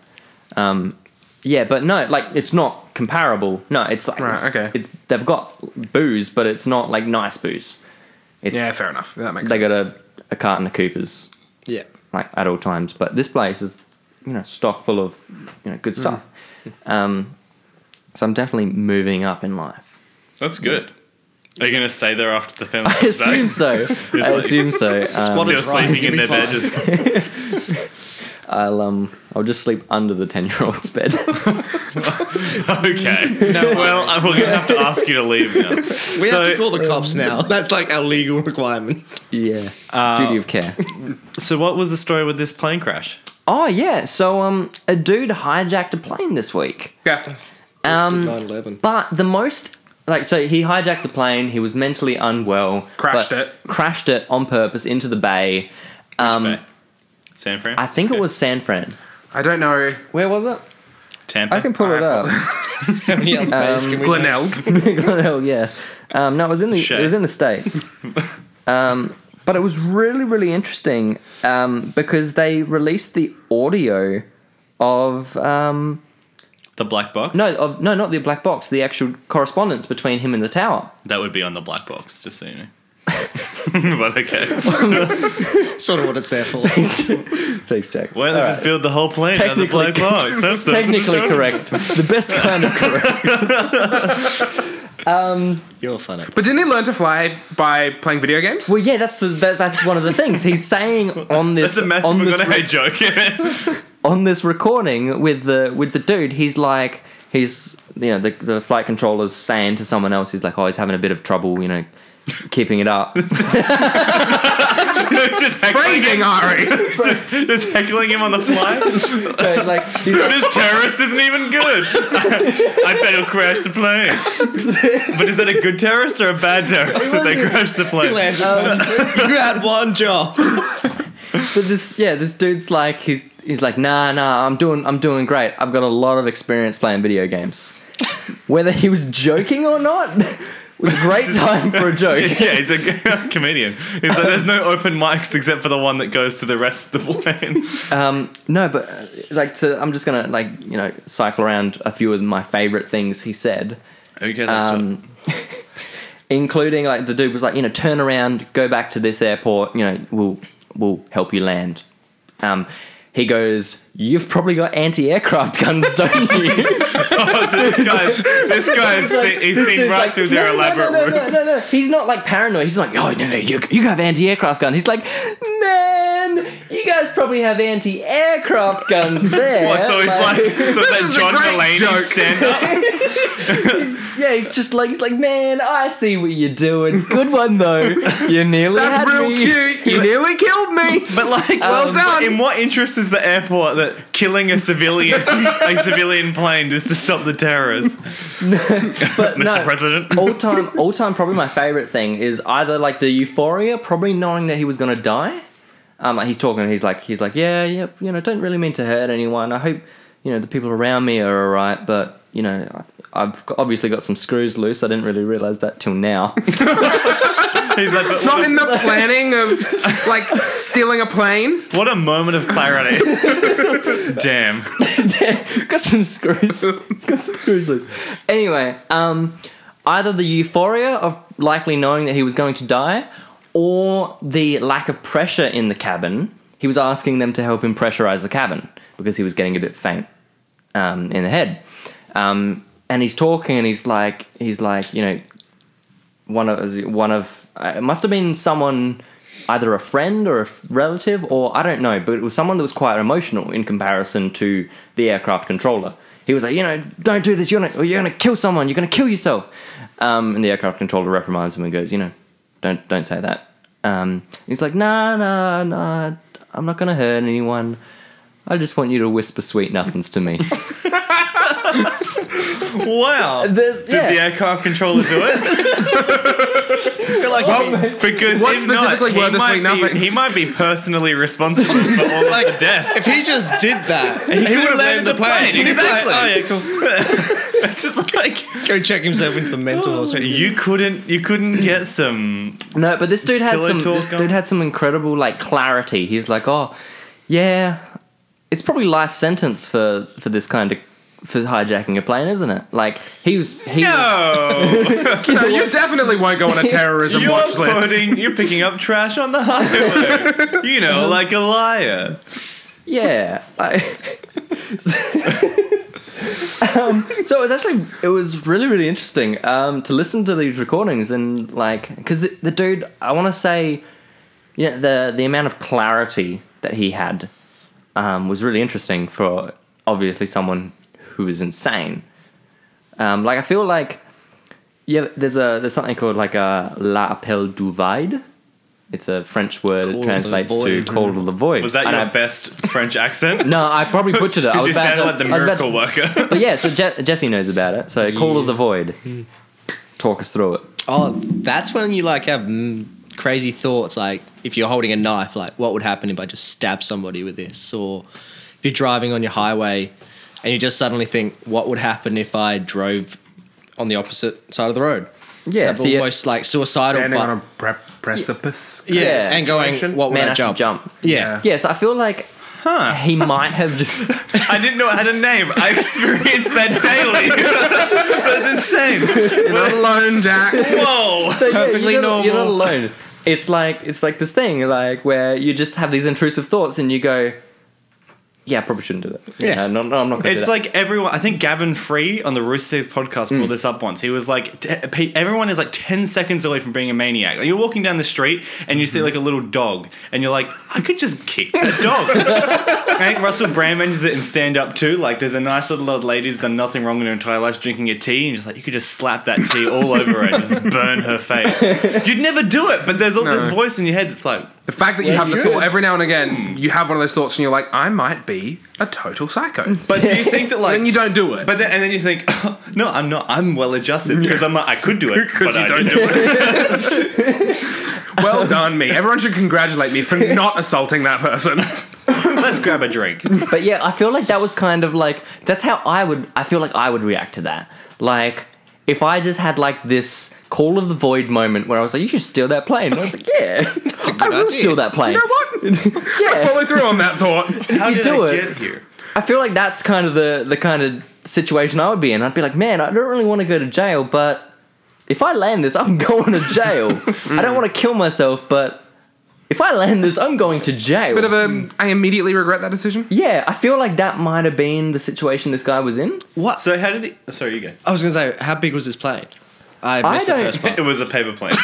[SPEAKER 2] Um, yeah, but no, like it's not comparable. No, it's like
[SPEAKER 3] Right,
[SPEAKER 2] it's,
[SPEAKER 3] okay.
[SPEAKER 2] it's they've got booze, but it's not like nice booze. It's
[SPEAKER 3] yeah, fair enough. That makes
[SPEAKER 2] they
[SPEAKER 3] sense.
[SPEAKER 2] got a, a carton of Coopers
[SPEAKER 4] Yeah.
[SPEAKER 2] like at all times. But this place is, you know, stock full of, you know,
[SPEAKER 3] Hmm.
[SPEAKER 2] good stuff. Um, so I'm definitely moving up in life.
[SPEAKER 1] That's good. Are you going to stay there after the film?
[SPEAKER 2] I assume so. I
[SPEAKER 1] like-
[SPEAKER 2] assume so. Um,
[SPEAKER 1] Still
[SPEAKER 4] Squatters' right,
[SPEAKER 1] sleeping in
[SPEAKER 4] you'll
[SPEAKER 1] their
[SPEAKER 4] be
[SPEAKER 1] bed.
[SPEAKER 4] fine.
[SPEAKER 1] Just,
[SPEAKER 2] I'll um, I'll just sleep under the ten year old's bed.
[SPEAKER 1] okay. well, I- we're going to have to ask you to leave now.
[SPEAKER 4] We
[SPEAKER 1] so,
[SPEAKER 4] have to call the
[SPEAKER 2] Um,
[SPEAKER 4] cops now. That's like our legal requirement.
[SPEAKER 2] yeah,
[SPEAKER 3] Uh,
[SPEAKER 2] duty of care.
[SPEAKER 1] so what was the story with this plane crash?
[SPEAKER 2] Oh yeah, so um, a dude hijacked a plane this week.
[SPEAKER 3] yeah.
[SPEAKER 2] Um,
[SPEAKER 4] 9/11.
[SPEAKER 2] But the most like so he hijacked the plane. He was mentally unwell.
[SPEAKER 3] Crashed
[SPEAKER 2] but
[SPEAKER 3] it.
[SPEAKER 2] Crashed it on purpose into the bay. Um,
[SPEAKER 1] Bay? San Fran?
[SPEAKER 2] I think it was San Fran.
[SPEAKER 3] I don't know.
[SPEAKER 2] Where was it?
[SPEAKER 1] Tampa.
[SPEAKER 2] I can pull it up.
[SPEAKER 4] How many other bays can we
[SPEAKER 3] Glenelg.
[SPEAKER 2] Hell yeah. Um, no, it was in the it
[SPEAKER 1] Touche.
[SPEAKER 2] was in the states. um, but it was really really interesting um, because they released the audio of um,
[SPEAKER 1] the black box?
[SPEAKER 2] no of no not the black box the actual correspondence between him and the tower.
[SPEAKER 1] That would be on the black box, just so you know. but okay.
[SPEAKER 4] Sort of what it's there for.
[SPEAKER 2] Thanks, Jack.
[SPEAKER 1] Why don't they just build the whole plane out of the
[SPEAKER 2] Uh, Technically-
[SPEAKER 1] black box? That's the-
[SPEAKER 2] Technically correct. The best kind of correct.
[SPEAKER 4] You're funny.
[SPEAKER 3] But didn't he learn to fly by playing video games?
[SPEAKER 2] Well, yeah, that's the, that, that's one of the things he's saying on this
[SPEAKER 1] That's a Matthew
[SPEAKER 2] on this re-
[SPEAKER 1] McConaughey joke.
[SPEAKER 2] on this recording with the with the dude, he's like he's you know the the flight controller's saying to someone else, he's like, oh, he's having a bit of trouble, you know, keeping it up.
[SPEAKER 1] just heckling
[SPEAKER 3] Phrasing,
[SPEAKER 1] him,
[SPEAKER 3] Ari.
[SPEAKER 1] just, just heckling him on the fly.
[SPEAKER 2] So it's like she's like,
[SPEAKER 1] this terrorist isn't even good. I bet he'll crash the plane. but is that a good terrorist or a bad terrorist that they crashed the plane?
[SPEAKER 4] you had one job.
[SPEAKER 2] but this yeah, this dude's like he's he's like nah nah I'm doing I'm doing great. I've got a lot of experience playing video games. Whether he was joking or not was a great time for a joke.
[SPEAKER 1] Yeah, he's a g- comedian. He's like, there's no open mics except for the one that goes to the rest of the plane.
[SPEAKER 2] Um, no, but uh, like so I'm just gonna like you know cycle around a few of my favorite things he said.
[SPEAKER 1] Okay, that's um,
[SPEAKER 2] um, including like the dude was like, you know, turn around, go back to this airport, you know, we'll we'll help you land. Um, he goes, you've probably got anti-aircraft guns, don't you?
[SPEAKER 1] oh, so this guy's this guy's se- he's
[SPEAKER 2] This
[SPEAKER 1] seen
[SPEAKER 2] dude's
[SPEAKER 1] right
[SPEAKER 2] like,
[SPEAKER 1] through their
[SPEAKER 2] no, no,
[SPEAKER 1] elaborate
[SPEAKER 2] no, no,
[SPEAKER 1] words.
[SPEAKER 2] no, no, no. He's not like paranoid. He's like, oh no, no, you you have anti-aircraft gun. He's like, man, you guys probably have anti-aircraft guns there.
[SPEAKER 1] Well, so he's like, so that
[SPEAKER 3] is a
[SPEAKER 1] John Mulaney
[SPEAKER 3] great joke.
[SPEAKER 1] stand up.
[SPEAKER 2] He's- yeah, he's just like he's like, man, I see what you're doing. Good one though. You nearly had
[SPEAKER 3] That's real
[SPEAKER 2] me.
[SPEAKER 3] cute. You nearly killed me.
[SPEAKER 1] um, But like,
[SPEAKER 3] Well done.
[SPEAKER 1] In what interest is the airport that killing a civilian, a civilian plane, just to stop the terrorists,
[SPEAKER 2] But
[SPEAKER 1] Mr.
[SPEAKER 2] no,
[SPEAKER 1] President?
[SPEAKER 2] all time, all time, probably my favorite thing is either like the euphoria, probably knowing that he was gonna die. Um, like he's talking, he's like, he's like, yeah, yeah, you know, don't really mean to hurt anyone. I hope, you know, the people around me are alright, but you know, I- I've got- obviously got some screws loose. I didn't really realize that till now.
[SPEAKER 1] He's like, but
[SPEAKER 3] Not
[SPEAKER 1] what,
[SPEAKER 3] in the planning of like stealing a plane.
[SPEAKER 1] a, what a moment of clarity. Damn.
[SPEAKER 2] got some screws, got some screws loose. Anyway, um, either the euphoria of likely knowing that he was going to die, or the lack of pressure in the cabin. He was asking them to help him pressurize the cabin because he was getting a bit faint um, in the head. Um, and he's talking, and he's like, he's like, you know, one of is it one of uh, it must have been someone either a friend or a f- relative or I don't know, but it was someone that was quite emotional in comparison to the aircraft controller. He was like, you know, don't do this. You're gonna you're gonna kill someone. You're gonna kill yourself. Um, and the aircraft controller reprimands him and goes, you know, don't don't say that. Um, he's like, nah, nah, nah. I'm not gonna hurt anyone. I just want you to whisper sweet nothings to me.
[SPEAKER 1] Wow.
[SPEAKER 2] There's-
[SPEAKER 1] Did the
[SPEAKER 2] yeah.
[SPEAKER 1] aircraft controller do it?
[SPEAKER 4] like,
[SPEAKER 1] Because
[SPEAKER 3] What
[SPEAKER 1] if not,
[SPEAKER 3] specifically were
[SPEAKER 1] he
[SPEAKER 3] the sweet
[SPEAKER 1] might, be,
[SPEAKER 3] nothings?
[SPEAKER 1] he might be personally responsible for all of the deaths.
[SPEAKER 4] if he just did that, he,
[SPEAKER 1] could've
[SPEAKER 4] would have landed the plane. He'd be like,
[SPEAKER 1] Exactly. oh yeah, cool. it's just like
[SPEAKER 4] Go check himself into the
[SPEAKER 1] Oh.
[SPEAKER 4] mental hospital.
[SPEAKER 1] you couldn't, you couldn't get some
[SPEAKER 2] No, but this dude had
[SPEAKER 1] Pillow
[SPEAKER 2] some.
[SPEAKER 1] talk
[SPEAKER 2] This
[SPEAKER 1] going?
[SPEAKER 2] dude had some incredible like clarity. He's like, oh, yeah, it's probably life sentence for for this kind of for hijacking a plane, isn't it? Like he was. He was-
[SPEAKER 1] No,
[SPEAKER 3] No, you definitely won't go on a terrorism
[SPEAKER 1] you're
[SPEAKER 3] watch list.
[SPEAKER 1] putting, you're picking up trash on the highway. you know, like a liar.
[SPEAKER 2] yeah. I- um, so it was actually it was really really interesting um, to listen to these recordings and like because the dude I want to say you know, the the amount of clarity that he had um, was really interesting for obviously someone who is insane. Um, like I feel like yeah, there's a there's something called like a la appel du vide. It's a French word.
[SPEAKER 4] Call
[SPEAKER 2] it
[SPEAKER 4] of the
[SPEAKER 2] translates to
[SPEAKER 4] void.
[SPEAKER 2] call of the void.
[SPEAKER 1] Was that
[SPEAKER 2] And
[SPEAKER 1] your
[SPEAKER 2] I-
[SPEAKER 1] best French accent?
[SPEAKER 2] No, I probably butchered it. I
[SPEAKER 1] Because
[SPEAKER 2] was
[SPEAKER 1] you
[SPEAKER 2] about
[SPEAKER 1] sounded
[SPEAKER 2] to-
[SPEAKER 1] like the
[SPEAKER 2] I was about to-
[SPEAKER 1] miracle worker.
[SPEAKER 2] but yeah, so Je- Jesse knows about it. So Call of the Void. Talk us through it.
[SPEAKER 4] Oh, that's when you like have mm, crazy thoughts. Like if you're holding a knife, like what would happen if I just stab somebody with this? Or if you're driving on your highway and you just suddenly think, what would happen if I drove on the opposite side of the road?
[SPEAKER 2] Yeah,
[SPEAKER 4] so
[SPEAKER 2] so you-
[SPEAKER 4] almost like suicidal.
[SPEAKER 3] Standing
[SPEAKER 4] but-
[SPEAKER 3] on a pre- precipice.
[SPEAKER 4] yeah,
[SPEAKER 2] Yeah.
[SPEAKER 4] and going,
[SPEAKER 3] Situation.
[SPEAKER 4] what would
[SPEAKER 2] Man,
[SPEAKER 4] I
[SPEAKER 2] I should
[SPEAKER 4] jump?
[SPEAKER 2] jump.
[SPEAKER 4] Yeah.
[SPEAKER 2] Yeah, so I feel like he might have just.
[SPEAKER 1] I didn't know it had a name. I experienced that daily. That's insane.
[SPEAKER 3] You're not alone, Jack.
[SPEAKER 1] Whoa.
[SPEAKER 2] so, yeah,
[SPEAKER 4] Perfectly
[SPEAKER 2] you're not- You're not
[SPEAKER 4] normal.
[SPEAKER 2] alone. It's like it's like this thing like where you just have these intrusive thoughts and you go, yeah, I probably shouldn't do that.
[SPEAKER 4] Yeah.
[SPEAKER 2] no, no, I'm not going to.
[SPEAKER 1] It's
[SPEAKER 2] do that.
[SPEAKER 1] like everyone. I think Gavin Free on the Rooster Teeth podcast
[SPEAKER 3] Hmm.
[SPEAKER 1] brought this up once. He was like, t- pe- everyone is like ten seconds away from being a maniac. Like, you're walking
[SPEAKER 3] Mm-hmm.
[SPEAKER 1] down the street and you see like a little dog, and you're like, I could just kick the dog. I think Russell Brand mentions it in Stand Up too. Like, there's a nice little lot of ladies done nothing wrong in her entire life drinking a tea, and just like you could just slap that tea all over her and just burn her face. You'd never do it, but there's all this
[SPEAKER 3] No.
[SPEAKER 1] voice in your head that's like,
[SPEAKER 3] The fact that you
[SPEAKER 4] Well,
[SPEAKER 3] have the
[SPEAKER 4] good.
[SPEAKER 3] thought every now and again, you have one of those thoughts, and you're like, I might be a total psycho.
[SPEAKER 1] but do you think that like
[SPEAKER 3] and you don't do it.
[SPEAKER 1] But then, and then you think, no, I'm not. I'm well adjusted because I'm like I could do it,
[SPEAKER 3] because
[SPEAKER 1] but
[SPEAKER 3] you
[SPEAKER 1] I
[SPEAKER 3] don't
[SPEAKER 1] didn't.
[SPEAKER 3] do it. well done, me. Everyone should congratulate me for not assaulting that person.
[SPEAKER 1] Let's grab a drink.
[SPEAKER 2] But yeah, I feel like that was kind of like that's how I would I feel like I would react to that. Like if I just had like this call of the void moment where I was like, "You should steal that plane," I was like, "Yeah, I will
[SPEAKER 4] idea.
[SPEAKER 2] steal that plane."
[SPEAKER 3] You know what?
[SPEAKER 2] yeah,
[SPEAKER 3] Follow through on that thought.
[SPEAKER 1] How
[SPEAKER 2] you
[SPEAKER 1] did
[SPEAKER 2] do
[SPEAKER 1] I
[SPEAKER 2] it-
[SPEAKER 1] get here?
[SPEAKER 2] I feel like that's kind of the the kind of situation I would be in. I'd be like, "Man, I don't really want to go to jail, but if I land this, I'm going to jail. I don't want to kill myself, but if I land this, I'm going to jail."
[SPEAKER 3] Bit of a, I immediately regret that decision.
[SPEAKER 2] yeah, I feel like that might have been the situation this guy was in.
[SPEAKER 4] What?
[SPEAKER 1] So how did he? Sorry, you go.
[SPEAKER 4] I was going to say, how big was this plane? I
[SPEAKER 2] I
[SPEAKER 4] missed the
[SPEAKER 2] don't-
[SPEAKER 4] first
[SPEAKER 1] It
[SPEAKER 4] part.
[SPEAKER 1] was a paper plane.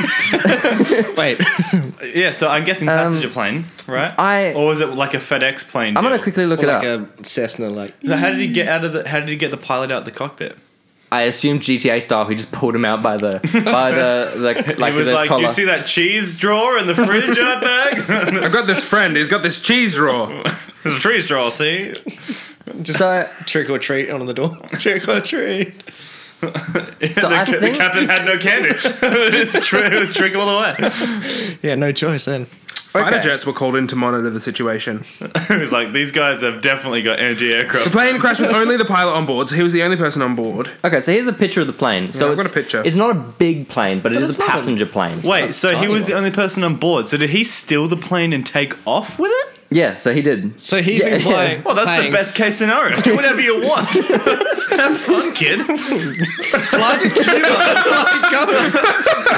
[SPEAKER 4] Wait.
[SPEAKER 1] yeah, so I'm guessing
[SPEAKER 2] Um,
[SPEAKER 1] passenger plane, right?
[SPEAKER 2] I-
[SPEAKER 1] or was it like a FedEx plane?
[SPEAKER 2] I'm gonna
[SPEAKER 1] deal?
[SPEAKER 2] quickly look it up.
[SPEAKER 4] like a Cessna, like.
[SPEAKER 1] So how did he get out of the? How did he get the pilot out of the cockpit?
[SPEAKER 2] I assume GTA style. He just pulled him out by the by the like like
[SPEAKER 1] He was
[SPEAKER 2] the
[SPEAKER 1] like,
[SPEAKER 2] collar.
[SPEAKER 1] "You see that cheese drawer in the fridge out back?
[SPEAKER 3] I've got this friend. He's got this cheese drawer.
[SPEAKER 1] There's a cheese drawer. See,
[SPEAKER 2] so
[SPEAKER 4] Trick or treat on the door. Trick or treat.
[SPEAKER 1] the, ca-
[SPEAKER 2] I
[SPEAKER 1] the
[SPEAKER 2] think-
[SPEAKER 1] captain had no candy. it, was tri- it was trick all the way.
[SPEAKER 4] Yeah, no choice then.
[SPEAKER 3] Fighter
[SPEAKER 2] Okay.
[SPEAKER 3] jets were called in to monitor the situation.
[SPEAKER 1] It was like these guys have definitely got energy
[SPEAKER 3] The
[SPEAKER 1] aircraft.
[SPEAKER 3] plane crashed with only the pilot on board, so he was the only person on board.
[SPEAKER 2] okay, so here's a picture of the plane. So
[SPEAKER 3] Yeah, I've
[SPEAKER 2] it's,
[SPEAKER 3] got a picture.
[SPEAKER 2] It's not a big plane, but, it is
[SPEAKER 4] it's
[SPEAKER 2] a
[SPEAKER 4] not a-
[SPEAKER 2] passenger plane.
[SPEAKER 1] Wait, so he
[SPEAKER 4] tiny
[SPEAKER 1] was the
[SPEAKER 4] one.
[SPEAKER 1] only person on board. So did he steal the plane and take off with it?
[SPEAKER 2] Yeah, so he did.
[SPEAKER 4] So he's
[SPEAKER 2] Yeah,
[SPEAKER 4] been
[SPEAKER 2] yeah.
[SPEAKER 4] flying.
[SPEAKER 1] Well, that's
[SPEAKER 4] playing-
[SPEAKER 1] the best case scenario. Do whatever you want. Have fun, kid.
[SPEAKER 4] Fly to Cuba. Like,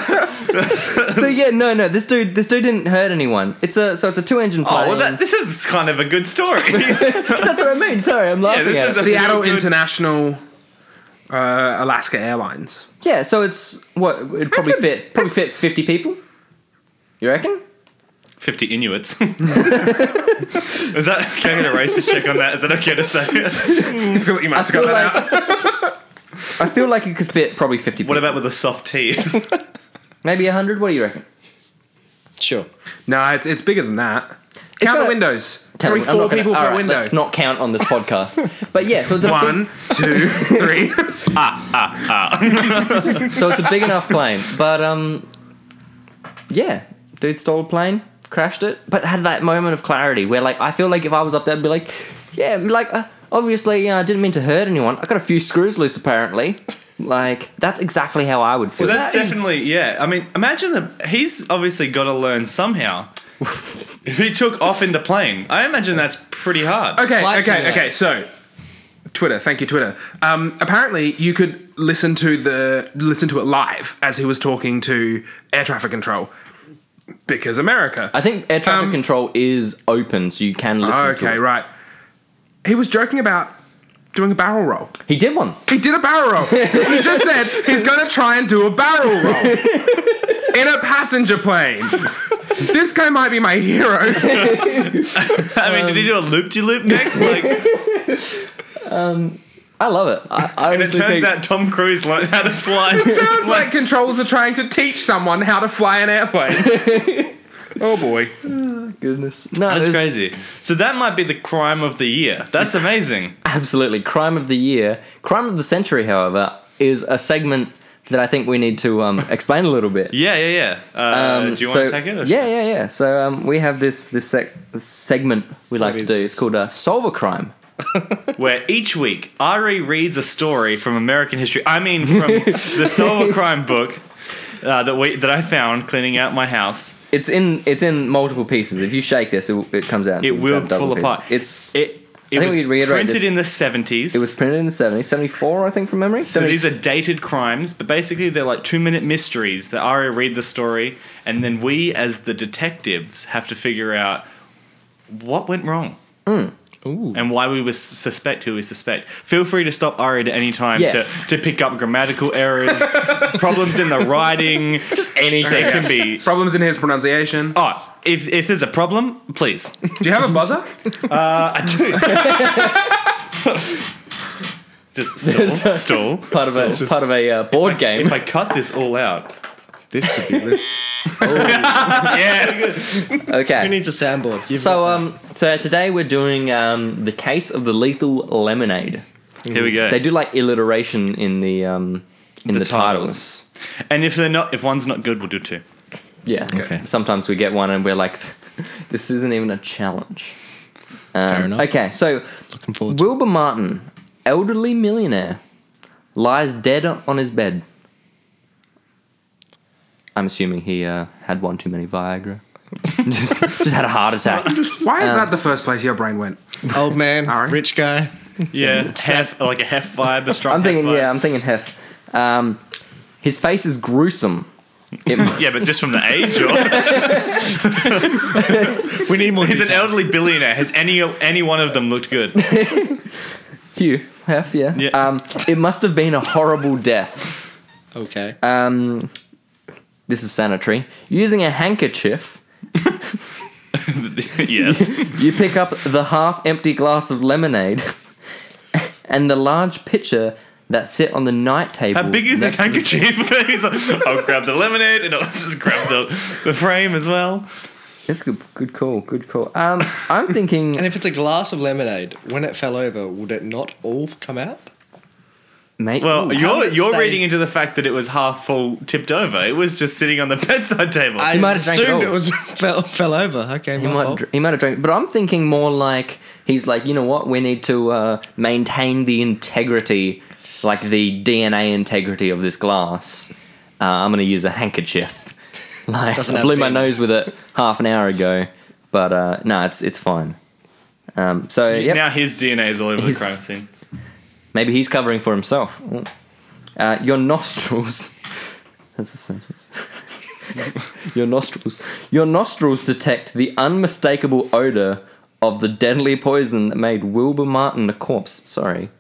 [SPEAKER 4] go.
[SPEAKER 2] so yeah, no, no, this dude, this dude didn't hurt anyone. It's a so it's a two engine plane.
[SPEAKER 1] Oh, well, that, this is kind of a good story.
[SPEAKER 2] That's what I mean. Sorry, I'm laughing.
[SPEAKER 1] this
[SPEAKER 2] at
[SPEAKER 1] is
[SPEAKER 2] it.
[SPEAKER 1] a-
[SPEAKER 3] Seattle
[SPEAKER 1] Feel good.
[SPEAKER 3] International, uh, Alaska Airlines.
[SPEAKER 2] yeah, so it's what it probably
[SPEAKER 3] That's a-
[SPEAKER 2] fit probably fit
[SPEAKER 3] that's-
[SPEAKER 2] fifty people. You reckon?
[SPEAKER 1] 50 Inuits. is that, can I get a racist check on that? Is that okay to say?
[SPEAKER 3] I feel like you might have to
[SPEAKER 2] feel
[SPEAKER 3] cut that out.
[SPEAKER 2] I feel like it could fit probably fifty. People.
[SPEAKER 1] what about with a soft tea?
[SPEAKER 2] maybe hundred? What do you reckon?
[SPEAKER 4] Sure.
[SPEAKER 3] No, it's, it's bigger than that.
[SPEAKER 2] It's got
[SPEAKER 3] Count the
[SPEAKER 2] a-
[SPEAKER 3] windows.
[SPEAKER 2] Tell
[SPEAKER 3] Every
[SPEAKER 2] me, I'm
[SPEAKER 3] four
[SPEAKER 2] not gonna-
[SPEAKER 3] people per
[SPEAKER 2] alright,
[SPEAKER 3] window.
[SPEAKER 2] Let's not count on this podcast. but yeah, so it's a big-
[SPEAKER 3] One, two, three.
[SPEAKER 2] So it's a big enough plane. But um Yeah. Dude stole a plane, crashed it, but had that moment of clarity where like I feel like if I was up there I'd be like, yeah, like uh, obviously, you know, I didn't mean to hurt anyone. I got a few screws loose apparently. Like that's exactly how I would feel.
[SPEAKER 1] Well, that's
[SPEAKER 4] that is-
[SPEAKER 1] definitely yeah. I mean, imagine that he's obviously got to learn somehow. if he took off in the plane, I imagine that's pretty hard.
[SPEAKER 3] Okay,
[SPEAKER 4] Flight
[SPEAKER 3] okay,
[SPEAKER 4] simulator.
[SPEAKER 3] okay. So, Twitter. Thank you, Twitter. Um, apparently, you could listen to the listen to it live as he was talking to air traffic control because America.
[SPEAKER 2] I think air traffic
[SPEAKER 3] Um,
[SPEAKER 2] control is open, so you can listen to
[SPEAKER 3] okay,
[SPEAKER 2] it.
[SPEAKER 3] right. He was joking about doing a barrel roll.
[SPEAKER 2] He did one.
[SPEAKER 3] He did a barrel roll. he just said he's going to try and do a barrel roll in a passenger plane. This guy might be my hero.
[SPEAKER 1] I mean, did he do
[SPEAKER 4] um,
[SPEAKER 1] a loop de loop next? Like, and
[SPEAKER 2] I love it. I, I
[SPEAKER 1] it
[SPEAKER 2] honestly
[SPEAKER 1] turns
[SPEAKER 2] think-
[SPEAKER 1] out Tom Cruise learned how to fly.
[SPEAKER 3] Sounds like controllers are trying to teach someone how to fly an airplane. oh boy.
[SPEAKER 2] goodness. No,
[SPEAKER 1] That's
[SPEAKER 2] it's-
[SPEAKER 1] crazy. So that might be the crime of the year. That's amazing.
[SPEAKER 2] Absolutely. Crime of the year. Crime of the century, however, is a segment that I think we need to um, explain a little bit.
[SPEAKER 1] Yeah, yeah, yeah. Uh,
[SPEAKER 2] Um,
[SPEAKER 1] do you
[SPEAKER 2] so-
[SPEAKER 1] want to take it? or-
[SPEAKER 2] Yeah, yeah, yeah. So um, we have this this, sec- this segment we like to
[SPEAKER 4] is
[SPEAKER 2] do. It's called uh, Solve a Crime.
[SPEAKER 1] Where each week Ari reads a story from American history. I mean, from the Solve a Crime book uh, that we that I found cleaning out my house.
[SPEAKER 2] It's in it's in multiple pieces. If you shake this, it, will- it comes out.
[SPEAKER 1] It
[SPEAKER 2] into
[SPEAKER 1] will
[SPEAKER 2] a double
[SPEAKER 1] fall
[SPEAKER 2] piece.
[SPEAKER 1] apart.
[SPEAKER 2] It's it,
[SPEAKER 1] It, it
[SPEAKER 2] think
[SPEAKER 1] was
[SPEAKER 2] we could reiterate
[SPEAKER 1] printed
[SPEAKER 2] this.
[SPEAKER 1] in the 70s.
[SPEAKER 2] was printed in the 70s, 74, I think, from memory.
[SPEAKER 1] so
[SPEAKER 2] 70
[SPEAKER 1] these are dated crimes, but basically they're like two minute mysteries that Aria read the story, and then we, as the detectives, have to figure out what went wrong.
[SPEAKER 2] Hmm.
[SPEAKER 4] Ooh.
[SPEAKER 1] And why we was suspect who we suspect. Feel free to stop Ari at any time
[SPEAKER 2] Yeah.
[SPEAKER 1] to, to pick up grammatical errors, problems in the writing.
[SPEAKER 2] just anything.
[SPEAKER 1] They can be.
[SPEAKER 3] Problems in his pronunciation.
[SPEAKER 1] Oh, if if there's a problem, please.
[SPEAKER 3] Do you have a buzzer?
[SPEAKER 1] I do. Just stall,
[SPEAKER 2] It's a-
[SPEAKER 1] stall.
[SPEAKER 2] Part of a it's part of a uh, board game.
[SPEAKER 1] If I cut this all out,
[SPEAKER 4] This could be. Who
[SPEAKER 1] yes.
[SPEAKER 2] okay.
[SPEAKER 4] needs a soundboard? You've
[SPEAKER 2] so
[SPEAKER 4] got
[SPEAKER 2] um, so today we're doing um the case of the lethal lemonade.
[SPEAKER 1] Here we go.
[SPEAKER 2] They do like alliteration in the um in the, titles.
[SPEAKER 1] And if they're not, if one's not good, we'll do two.
[SPEAKER 2] Yeah.
[SPEAKER 4] Okay.
[SPEAKER 2] Sometimes we get one and we're like, this isn't even a challenge. Um,
[SPEAKER 4] Fair enough.
[SPEAKER 2] Okay, so
[SPEAKER 4] looking forward to.
[SPEAKER 2] Wilbur Martin, elderly millionaire, lies dead on his bed. I'm assuming he uh, had one too many Viagra. just, just had a heart attack.
[SPEAKER 3] Why is that the first place your brain went?
[SPEAKER 4] Old man,
[SPEAKER 3] Alright.
[SPEAKER 4] rich guy.
[SPEAKER 1] Yeah, hef, like a hef vibe, a strong.
[SPEAKER 2] I'm
[SPEAKER 1] hef
[SPEAKER 2] thinking,
[SPEAKER 1] vibe.
[SPEAKER 2] yeah, I'm thinking Hef. Um, his face is gruesome. It, mu-
[SPEAKER 1] Yeah, but just from the age, or
[SPEAKER 4] We need more.
[SPEAKER 1] he's an
[SPEAKER 4] details.
[SPEAKER 1] elderly billionaire. Has any any one of them looked good?
[SPEAKER 2] Hugh, Hef, yeah.
[SPEAKER 1] Yeah.
[SPEAKER 2] Um, it must have been a horrible death.
[SPEAKER 4] Okay.
[SPEAKER 2] Um, this is sanitary. Using a handkerchief,
[SPEAKER 1] yes.
[SPEAKER 2] you pick up the half empty glass of lemonade and the large pitcher that sit on the night table.
[SPEAKER 1] How big is this
[SPEAKER 2] next-
[SPEAKER 1] handkerchief? he's like, I'll grab the lemonade and I'll just grab the, the frame as well.
[SPEAKER 2] That's good, good call, good call. Um, I'm thinking
[SPEAKER 4] and if it's a glass of lemonade, when it fell over, would it not all come out?
[SPEAKER 2] mate.
[SPEAKER 1] Well,
[SPEAKER 2] ooh,
[SPEAKER 4] you- how
[SPEAKER 1] you're
[SPEAKER 4] did it
[SPEAKER 1] you're
[SPEAKER 4] stay-
[SPEAKER 1] reading into the fact that it was half full, tipped over. It was just sitting on the bedside table.
[SPEAKER 4] I
[SPEAKER 2] might have drank it
[SPEAKER 4] assumed it
[SPEAKER 2] all.
[SPEAKER 4] was fell, fell over. Okay,
[SPEAKER 2] he
[SPEAKER 4] my
[SPEAKER 2] might,
[SPEAKER 4] fault.
[SPEAKER 2] dr- he might have drank, but I'm thinking more like he's like, you know what? We need to uh, maintain the integrity, like the DNA integrity of this glass. Uh, I'm going to use a handkerchief. Like
[SPEAKER 4] Doesn't
[SPEAKER 2] I
[SPEAKER 4] have
[SPEAKER 2] blew my
[SPEAKER 4] DNA.
[SPEAKER 2] nose with it half an hour ago, but uh, no, it's it's fine. Um, so yep,
[SPEAKER 1] Now his DNA is all over
[SPEAKER 2] He's-
[SPEAKER 1] the crime scene.
[SPEAKER 2] maybe he's covering for himself. Uh, your nostrils. That's a sentence. your nostrils. Your nostrils detect the unmistakable odor of the deadly poison that made Wilbur Martin a corpse. Sorry.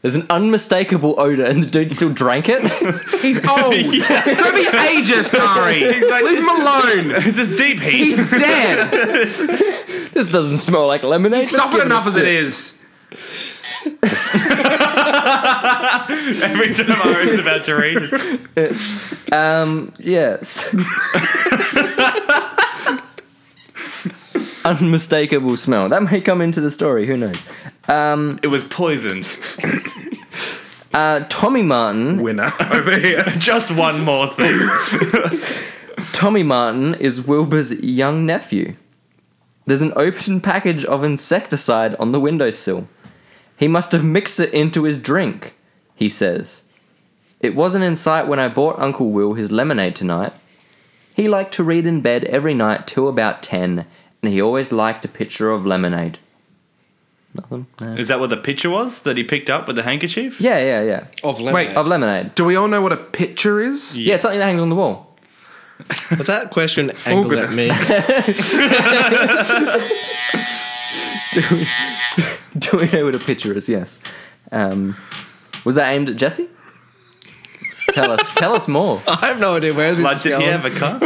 [SPEAKER 2] There's an unmistakable odor, and the dude still drank it.
[SPEAKER 3] He's old. Don't be ageist, Ari. Leave him alone.
[SPEAKER 1] It's this deep
[SPEAKER 2] He's
[SPEAKER 1] heat.
[SPEAKER 2] dead. this doesn't smell like lemonade. Let's give
[SPEAKER 3] Suffered
[SPEAKER 2] it a
[SPEAKER 3] enough as
[SPEAKER 2] sip.
[SPEAKER 3] it is.
[SPEAKER 1] Every time I was about to read, it's-
[SPEAKER 2] Um, yes. Unmistakable smell. That may come into the story, who knows?
[SPEAKER 1] it was poisoned.
[SPEAKER 2] Uh, Tommy Martin.
[SPEAKER 3] Winner over here.
[SPEAKER 1] Just one more thing.
[SPEAKER 2] Tommy Martin is Wilbur's young nephew. There's an open package of insecticide on the windowsill. He must have mixed it into his drink, he says. It wasn't in sight when I bought Uncle Will his lemonade tonight. He liked to read in bed every night till about 10, and he always liked a pitcher of lemonade. Nothing? No.
[SPEAKER 1] Is that what the picture was that he picked up with the handkerchief?
[SPEAKER 2] Yeah, yeah, yeah.
[SPEAKER 4] Of lemonade.
[SPEAKER 2] Of lemonade.
[SPEAKER 3] Do we all know what a pitcher is?
[SPEAKER 2] Yeah, something that hangs on the wall.
[SPEAKER 4] was that question angled at me?
[SPEAKER 2] Do we, do we know what a pitcher is? Yes. Um, was that aimed at Jesse? Tell us. tell us more.
[SPEAKER 4] I have no idea where this
[SPEAKER 1] Like,
[SPEAKER 4] is
[SPEAKER 1] did
[SPEAKER 4] going.
[SPEAKER 1] he have a cut?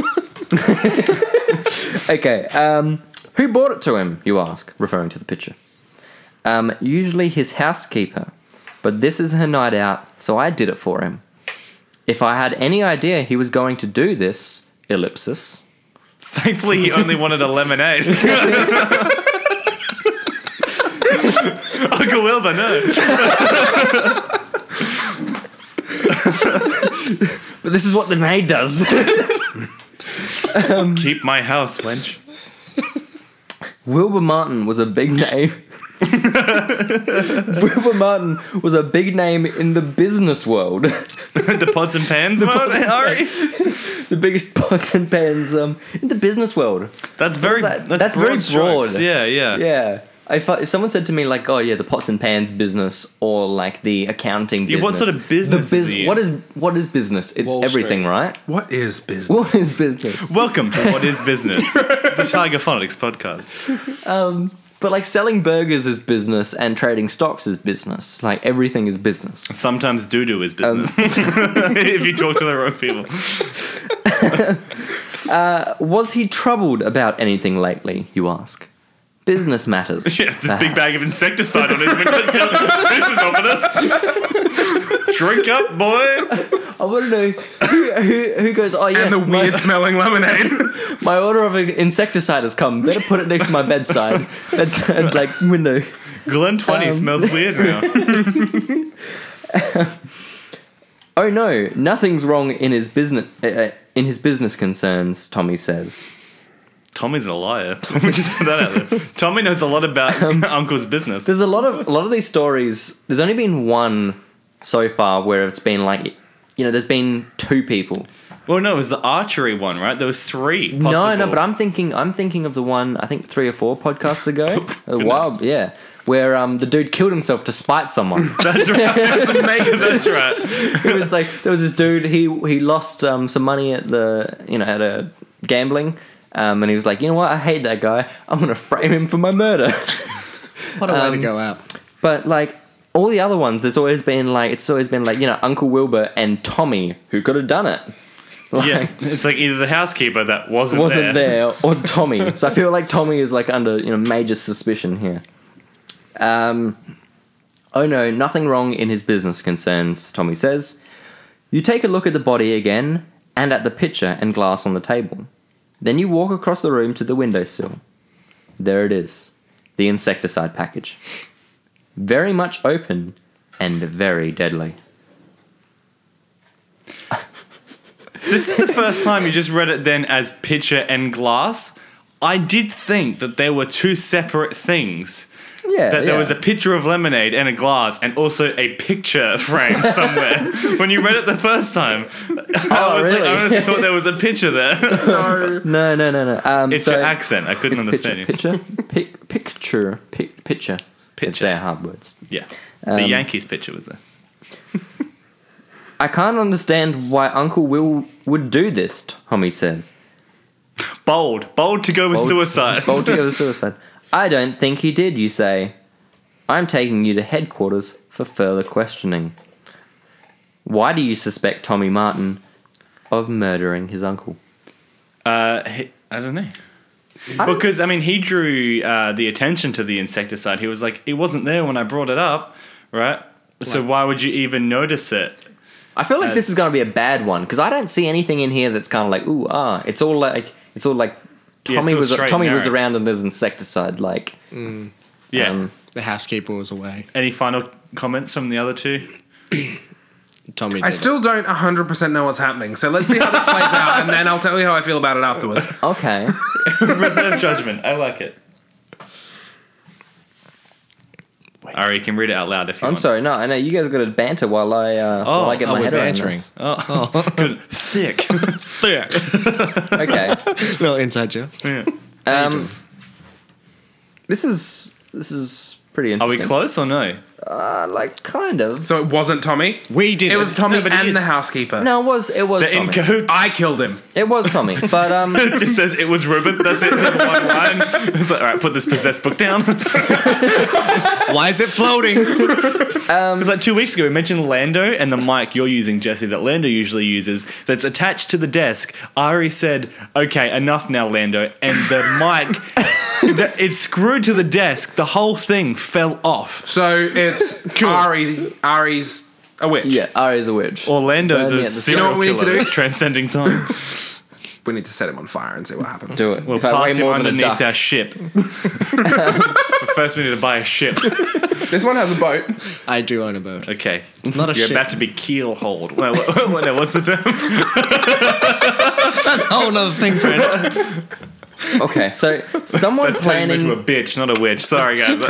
[SPEAKER 2] Okay. Um, who bought it to him? You ask, referring to the pitcher. Um, usually his housekeeper, but this is her night out, so I did it for him. If I had any idea he was going to do this, ellipsis.
[SPEAKER 1] Thankfully, he only wanted a lemonade. Uncle Wilbur, no.
[SPEAKER 2] But this is what the maid does.
[SPEAKER 1] Keep my house, wench.
[SPEAKER 2] Wilbur Martin was a big name. Wilbur Martin was a big name in the business world.
[SPEAKER 1] the pots and pans mode, Ari?
[SPEAKER 2] the biggest pots and pans um, in the business world.
[SPEAKER 1] That's very
[SPEAKER 2] What is that?
[SPEAKER 1] that's,
[SPEAKER 2] That's
[SPEAKER 1] broad
[SPEAKER 2] very broad.
[SPEAKER 1] strokes. Yeah, yeah,
[SPEAKER 2] Yeah. I fu- if someone said to me like, "Oh yeah, the pots and pans business or like the accounting business."
[SPEAKER 1] Yeah, what sort of business
[SPEAKER 2] The
[SPEAKER 1] is he in?
[SPEAKER 2] what is what is business? It's
[SPEAKER 4] Wall
[SPEAKER 2] everything,
[SPEAKER 4] Street.
[SPEAKER 2] right?
[SPEAKER 3] What is business?
[SPEAKER 2] What is business?
[SPEAKER 1] Welcome to What Is Business, the Tiger Phonics podcast.
[SPEAKER 2] But like selling burgers is business and trading stocks is business. Like everything is business.
[SPEAKER 1] Sometimes Um. doo doo is business. if you talk to the wrong people,
[SPEAKER 2] Was he troubled about anything lately, you ask? Business matters.
[SPEAKER 1] Yeah, this big
[SPEAKER 2] perhaps.
[SPEAKER 1] bag of insecticide on his windowsill. this is ominous. Drink up, boy.
[SPEAKER 2] I want to know who, who, who goes, oh, yes,
[SPEAKER 3] and the
[SPEAKER 2] my-
[SPEAKER 3] weird smelling lemonade.
[SPEAKER 2] My order of insecticide has come. Better put it next to my bedside, bedside like window.
[SPEAKER 1] Glen 20
[SPEAKER 2] Um.
[SPEAKER 1] smells weird now.
[SPEAKER 2] Oh no, nothing's wrong in his business. Uh, uh, in his business concerns, Tommy says.
[SPEAKER 1] Tommy's a liar. we just put that out there. Tommy knows a lot about
[SPEAKER 2] Um,
[SPEAKER 1] Uncle's business.
[SPEAKER 2] There's a lot of a lot of these stories. There's only been one so far where it's been like, you know, there's been two people.
[SPEAKER 1] Well, no, it was the archery one, right? There was three. Possible.
[SPEAKER 2] No, no, but I'm thinking I'm thinking of the one I think three or four podcasts ago. a
[SPEAKER 1] Oh, Goodness.
[SPEAKER 2] while, yeah, where um the dude killed himself to spite someone.
[SPEAKER 1] That's right. That's right.
[SPEAKER 2] it was like there was this dude he he lost um, some money at the you know at a gambling um, and he was like you know what i hate that guy i'm gonna frame him for my murder
[SPEAKER 4] What a
[SPEAKER 2] um,
[SPEAKER 4] way to go out.
[SPEAKER 2] but like all the other ones there's always been like it's always been like you know uncle wilbur and tommy who could have done it like,
[SPEAKER 1] Yeah, it's like either the housekeeper that wasn't,
[SPEAKER 2] wasn't there or tommy so i feel like tommy is like under you know major suspicion here um oh no nothing wrong in his business concerns tommy says you take a look at the body again and at the pitcher and glass on the table then you walk across the room to the windowsill there it is the insecticide package very much open and very deadly
[SPEAKER 1] This is the first time you just read it then as pitcher and glass. I did think that there were two separate things.
[SPEAKER 2] yeah
[SPEAKER 1] That there
[SPEAKER 2] Uh, yeah.
[SPEAKER 1] was a pitcher of lemonade and a glass, and also a picture frame somewhere. when you read it the first time, I,
[SPEAKER 2] Oh,
[SPEAKER 1] was like-
[SPEAKER 2] really?
[SPEAKER 1] I honestly thought there was a picture there.
[SPEAKER 2] no no no no um,
[SPEAKER 1] it's
[SPEAKER 2] so-
[SPEAKER 1] your accent. I couldn't understand you.
[SPEAKER 2] picture, Picture, pic, picture, pic, picture. It's
[SPEAKER 1] Picture.
[SPEAKER 2] their hard words.
[SPEAKER 1] Yeah,
[SPEAKER 2] Um,
[SPEAKER 1] the Yankees picture was there.
[SPEAKER 2] I can't understand why Uncle Will would do this. Tommy says.
[SPEAKER 1] Bold, bold to go with
[SPEAKER 2] Bold-
[SPEAKER 1] suicide.
[SPEAKER 2] Bold to go with suicide. I don't think he did. You say. I'm taking you to headquarters for further questioning. Why do you suspect Tommy Martin of murdering his uncle?
[SPEAKER 1] Uh, he- I don't know. because I mean, he drew uh, the attention to the insecticide. He was like, "It wasn't there when I brought it up, right? So why would you even notice it?"
[SPEAKER 2] I feel like this is going to be a bad one because I don't see anything in here that's kind of like ooh ah. It's all like it's all like
[SPEAKER 1] Yeah, it's
[SPEAKER 2] Tommy
[SPEAKER 1] all
[SPEAKER 2] was
[SPEAKER 1] straight and
[SPEAKER 2] Tommy was
[SPEAKER 1] narrow.
[SPEAKER 2] around and there's insecticide like.
[SPEAKER 1] Yeah.
[SPEAKER 2] Um,
[SPEAKER 4] The housekeeper was away.
[SPEAKER 1] Any final comments from the other two?
[SPEAKER 4] Tommy did.
[SPEAKER 3] I still don't 100% know what's happening, so let's see how this plays out, and then I'll tell you how I feel about it afterwards.
[SPEAKER 2] Okay.
[SPEAKER 1] Reserve judgment. I like it. Ari, you can read it out loud if you
[SPEAKER 2] I'm
[SPEAKER 1] want.
[SPEAKER 2] sorry. No, I know you guys got to banter while I uh, while I get
[SPEAKER 4] oh,
[SPEAKER 2] my
[SPEAKER 4] we're
[SPEAKER 2] head around
[SPEAKER 4] bantering.
[SPEAKER 2] this.
[SPEAKER 1] Oh, good. thick.
[SPEAKER 4] there.
[SPEAKER 2] Okay.
[SPEAKER 4] Little inside joke.
[SPEAKER 1] Yeah.
[SPEAKER 2] Um, this is this is pretty
[SPEAKER 1] Are we
[SPEAKER 2] interesting.
[SPEAKER 1] close or no?
[SPEAKER 2] Uh, like kind of.
[SPEAKER 3] So it wasn't Tommy.
[SPEAKER 4] We did
[SPEAKER 3] It was Tommy
[SPEAKER 1] No, but it
[SPEAKER 3] and
[SPEAKER 1] is-
[SPEAKER 3] the housekeeper.
[SPEAKER 2] No, it was it was
[SPEAKER 1] They're in
[SPEAKER 2] Tommy.
[SPEAKER 1] cahoots.
[SPEAKER 3] I killed him.
[SPEAKER 2] It was Tommy, but um,
[SPEAKER 1] it just says it was Ruben. That's it. Just one line. It's like, all right, put this possessed book down. it
[SPEAKER 4] Why is it floating?
[SPEAKER 1] was like two weeks ago. We mentioned Lando and the mic you're using, Jesse, that Lando usually uses. That's attached to the desk. Ari said, "Okay, enough now, Lando." And the mic, that it's screwed to the desk. The whole thing fell off.
[SPEAKER 3] So it's Ari. Ari's a witch.
[SPEAKER 2] yeah, Ari's a witch.
[SPEAKER 1] Orlando's
[SPEAKER 2] Burn me
[SPEAKER 1] a
[SPEAKER 2] at the
[SPEAKER 1] serial
[SPEAKER 3] You know what we need to
[SPEAKER 1] killer
[SPEAKER 3] do?
[SPEAKER 1] who's transcending time.
[SPEAKER 3] We need to set him on fire and see what happens.
[SPEAKER 2] Do it.
[SPEAKER 1] We'll
[SPEAKER 2] In fact, way
[SPEAKER 1] pass him
[SPEAKER 2] more than a
[SPEAKER 1] underneath
[SPEAKER 2] duck.
[SPEAKER 1] our ship. First, we need to buy a ship.
[SPEAKER 3] This one has a boat.
[SPEAKER 4] I do own a boat.
[SPEAKER 1] Okay,
[SPEAKER 4] It's not a
[SPEAKER 1] you're
[SPEAKER 4] ship.
[SPEAKER 1] about to be keel hauled. Well, well, well, no, what's the term?
[SPEAKER 4] That's a whole nother thing, friend.
[SPEAKER 2] Okay, so someone
[SPEAKER 1] That's turning
[SPEAKER 2] planning
[SPEAKER 1] me into a bitch, not a witch. Sorry, guys.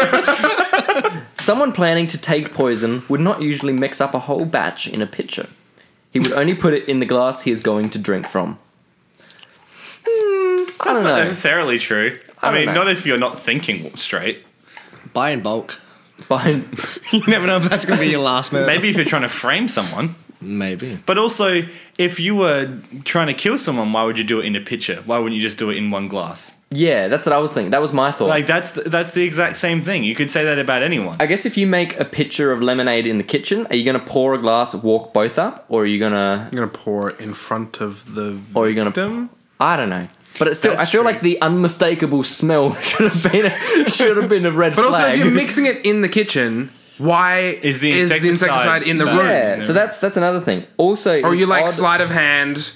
[SPEAKER 2] Someone planning to take poison would not usually mix up a whole batch in a pitcher. He would only put it in the glass he is going to drink from. Hmm, I
[SPEAKER 1] That's
[SPEAKER 2] don't
[SPEAKER 1] not
[SPEAKER 2] know.
[SPEAKER 1] necessarily true.
[SPEAKER 2] I
[SPEAKER 1] I,
[SPEAKER 2] don't
[SPEAKER 1] mean,
[SPEAKER 2] know.
[SPEAKER 1] not if you're not thinking straight.
[SPEAKER 4] Buy in bulk.
[SPEAKER 2] Behind-
[SPEAKER 4] You never know if that's going to be your last move.
[SPEAKER 1] Maybe if you're trying to frame someone.
[SPEAKER 4] Maybe.
[SPEAKER 1] But also, if you were trying to kill someone, why would you do it in a pitcher? Why wouldn't you just do it in one glass?
[SPEAKER 2] yeah, that's what I was thinking. That was my thought.
[SPEAKER 1] Like that's the, that's the exact same thing. You could say that about anyone.
[SPEAKER 2] I guess if you make a pitcher of lemonade in the kitchen, are you going to pour a glass, walk both up, or are you going to,
[SPEAKER 3] I'm gonna pour it in front of the
[SPEAKER 2] or are you going to?
[SPEAKER 3] victim.
[SPEAKER 2] I don't know. But it's still,
[SPEAKER 1] That's
[SPEAKER 2] I feel
[SPEAKER 1] true.
[SPEAKER 2] like the unmistakable smell should have been a, should have been a red
[SPEAKER 3] But also,
[SPEAKER 2] flag.
[SPEAKER 3] if you're mixing it in the kitchen, why
[SPEAKER 1] Is the insecticide
[SPEAKER 3] insecticide in the
[SPEAKER 1] bad?
[SPEAKER 3] room?
[SPEAKER 2] yeah, so that's that's another thing. Also,
[SPEAKER 3] Or you like
[SPEAKER 2] odd,
[SPEAKER 3] sleight of hand.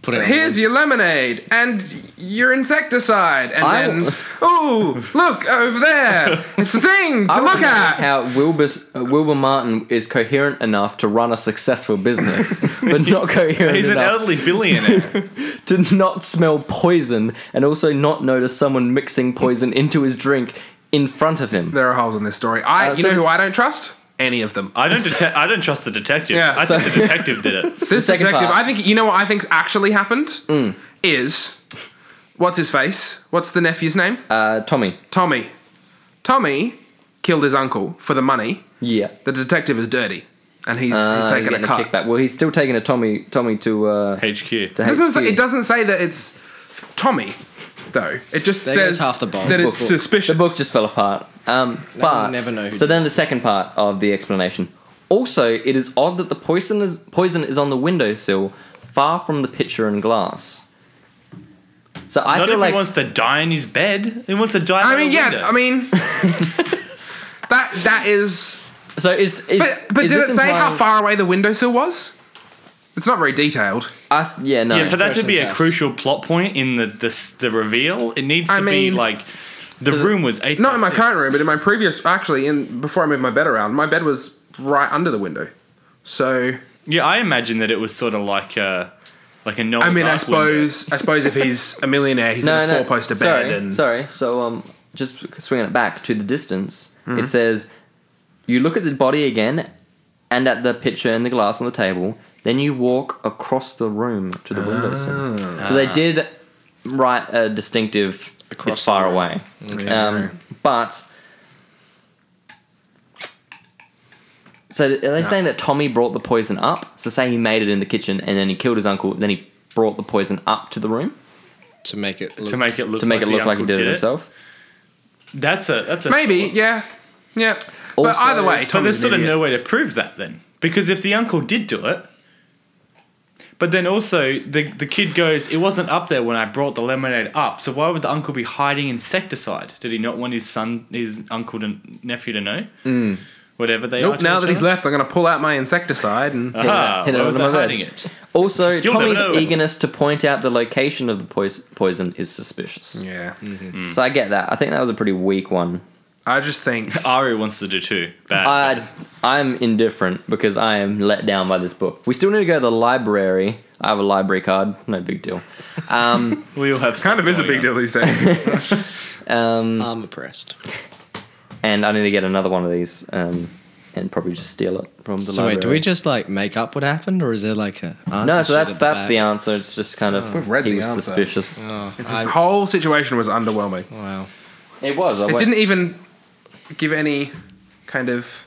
[SPEAKER 4] Put it
[SPEAKER 3] Here's your lemonade and your insecticide, and
[SPEAKER 2] I-
[SPEAKER 3] then oh look over there, it's a thing to
[SPEAKER 2] I
[SPEAKER 3] look
[SPEAKER 2] wonder
[SPEAKER 3] at.
[SPEAKER 2] how Wilbur uh, Wilbur Martin is coherent enough to run a successful business, but not coherent
[SPEAKER 1] He's an
[SPEAKER 2] enough
[SPEAKER 1] elderly billionaire.
[SPEAKER 2] to not smell poison and also not notice someone mixing poison into his drink in front of him.
[SPEAKER 3] There are holes in this story. I,
[SPEAKER 2] Uh,
[SPEAKER 3] you
[SPEAKER 2] so-
[SPEAKER 3] know who I don't trust? Any of them.
[SPEAKER 1] I don't. Dete- I don't trust the detective.
[SPEAKER 3] Yeah,
[SPEAKER 1] I
[SPEAKER 2] so-
[SPEAKER 1] think the detective did it.
[SPEAKER 3] this
[SPEAKER 2] second
[SPEAKER 3] detective,
[SPEAKER 2] part. Mm.
[SPEAKER 3] I think you know what I think's actually happened is what's his face? What's the nephew's name?
[SPEAKER 2] Uh, Tommy,
[SPEAKER 3] Tommy. Tommy killed his uncle for the money.
[SPEAKER 2] yeah,
[SPEAKER 3] The detective is dirty, and he's,
[SPEAKER 2] Uh,
[SPEAKER 3] he's
[SPEAKER 2] he's
[SPEAKER 3] taking
[SPEAKER 2] getting
[SPEAKER 3] a
[SPEAKER 2] a
[SPEAKER 3] cut.
[SPEAKER 2] kickback. Well, he's still taking a Tommy Tommy to uh,
[SPEAKER 1] HQ.
[SPEAKER 2] to
[SPEAKER 3] doesn't say,
[SPEAKER 2] HQ.
[SPEAKER 3] it doesn't say that it's Tommy though. It just
[SPEAKER 4] There goes
[SPEAKER 3] says
[SPEAKER 4] half the bowl.
[SPEAKER 3] that
[SPEAKER 4] The
[SPEAKER 3] it's
[SPEAKER 2] book-
[SPEAKER 3] suspicious.
[SPEAKER 2] The book just fell apart. Um, but
[SPEAKER 4] never know who
[SPEAKER 2] so
[SPEAKER 4] did
[SPEAKER 2] then the second part of the explanation. Also, it is odd that the poison is poison is on the windowsill, far from the pitcher and glass. So I
[SPEAKER 1] Not
[SPEAKER 2] feel
[SPEAKER 1] if
[SPEAKER 2] like
[SPEAKER 1] he wants to die in his bed. He wants to die.
[SPEAKER 3] I
[SPEAKER 1] by
[SPEAKER 3] mean,
[SPEAKER 1] a
[SPEAKER 3] yeah.
[SPEAKER 1] window.
[SPEAKER 3] I mean, that that is.
[SPEAKER 2] so is is
[SPEAKER 3] But, but
[SPEAKER 2] is
[SPEAKER 3] did it
[SPEAKER 2] this
[SPEAKER 3] say how
[SPEAKER 2] implying-
[SPEAKER 3] far away the windowsill was? It's not very detailed.
[SPEAKER 2] I, yeah, no.
[SPEAKER 1] Yeah, for that to be
[SPEAKER 4] person's
[SPEAKER 1] a
[SPEAKER 4] house.
[SPEAKER 1] crucial plot point in the the, the reveal, it needs to
[SPEAKER 3] I
[SPEAKER 1] be
[SPEAKER 3] mean-
[SPEAKER 1] like the room was eight.
[SPEAKER 3] Not
[SPEAKER 1] by
[SPEAKER 3] in my
[SPEAKER 1] six.
[SPEAKER 3] current room, but in my previous. Actually, in before I moved my bed around, my bed was right under the window. So
[SPEAKER 1] Yeah, I imagine that it was sort of like a like a. Noah's
[SPEAKER 3] I mean, I
[SPEAKER 1] Ark window.
[SPEAKER 3] suppose I suppose if he's a millionaire, he's
[SPEAKER 2] no,
[SPEAKER 3] in a
[SPEAKER 2] no.
[SPEAKER 3] four poster bed.
[SPEAKER 2] Sorry,
[SPEAKER 3] and
[SPEAKER 2] sorry. So um, just swinging it back to the distance.
[SPEAKER 3] Mm-hmm.
[SPEAKER 2] It says, you look at the body again, and at the picture and the glass on the table. Then you walk across the room to the
[SPEAKER 3] Ah.
[SPEAKER 2] windowsill. So they did write a distinctive.
[SPEAKER 4] Across
[SPEAKER 2] it's far
[SPEAKER 4] the room.
[SPEAKER 2] away. Um, but. So are they saying that Tommy brought the poison up? So say he made it in the kitchen and then he killed his uncle, then he brought the poison up to the room
[SPEAKER 4] to make it look
[SPEAKER 1] to make it look
[SPEAKER 2] to make
[SPEAKER 1] like
[SPEAKER 2] it
[SPEAKER 1] the
[SPEAKER 2] look like he
[SPEAKER 1] uncle
[SPEAKER 2] did it himself.
[SPEAKER 1] That's a that's a
[SPEAKER 3] maybe yeah, yeah. but
[SPEAKER 2] Also-
[SPEAKER 3] either way,
[SPEAKER 1] But
[SPEAKER 3] Tommy's
[SPEAKER 1] there's
[SPEAKER 3] an
[SPEAKER 1] sort of
[SPEAKER 3] idiot.
[SPEAKER 1] no way to prove that then, because if the uncle did do it, but then also the the kid goes, "It wasn't up there when I brought the lemonade up." So why would the uncle be hiding insecticide? Did he not want his son, his uncle to nephew to know? Whatever they are.
[SPEAKER 3] Hmm. Nope,
[SPEAKER 1] to
[SPEAKER 3] now
[SPEAKER 1] each
[SPEAKER 3] that he's
[SPEAKER 1] other?
[SPEAKER 3] left, I'm going to pull out my insecticide and
[SPEAKER 2] Uh-huh.
[SPEAKER 1] Aha,
[SPEAKER 2] Hit it
[SPEAKER 1] why
[SPEAKER 2] under
[SPEAKER 1] was
[SPEAKER 2] my
[SPEAKER 1] I
[SPEAKER 2] bed.
[SPEAKER 1] hiding it?
[SPEAKER 2] Also,
[SPEAKER 1] You'll never
[SPEAKER 2] Tommy's
[SPEAKER 1] know.
[SPEAKER 2] eagerness to point out the location of the pois- poison is suspicious.
[SPEAKER 3] yeah.
[SPEAKER 1] Mm.
[SPEAKER 2] So I get that. I think that was a pretty weak one.
[SPEAKER 3] I just think
[SPEAKER 1] Ari wants to do too. Bad.
[SPEAKER 2] I,
[SPEAKER 3] Ah,
[SPEAKER 2] I'm indifferent because I am let down by this book. We still need to go to the library. I have a library card. No big deal.
[SPEAKER 1] we all have
[SPEAKER 3] kind of is a
[SPEAKER 2] Oh,
[SPEAKER 1] stuff
[SPEAKER 3] big
[SPEAKER 1] going
[SPEAKER 3] deal these days.
[SPEAKER 4] arm oppressed.
[SPEAKER 2] And I need to get another one of these um, and probably just steal it from the
[SPEAKER 4] So
[SPEAKER 2] library.
[SPEAKER 4] wait, do we just like make up what happened, or is there like a answer
[SPEAKER 2] no, so
[SPEAKER 4] sheet
[SPEAKER 2] that's
[SPEAKER 4] at
[SPEAKER 2] that's the
[SPEAKER 4] back?
[SPEAKER 2] answer. It's just kind of
[SPEAKER 3] We've read
[SPEAKER 2] he
[SPEAKER 3] the
[SPEAKER 2] was
[SPEAKER 3] answer.
[SPEAKER 2] suspicious.
[SPEAKER 4] Oh,
[SPEAKER 3] This
[SPEAKER 4] I-
[SPEAKER 3] whole situation was underwhelming.
[SPEAKER 4] wow,
[SPEAKER 2] It was. I
[SPEAKER 3] It
[SPEAKER 2] went-
[SPEAKER 3] didn't even give any kind of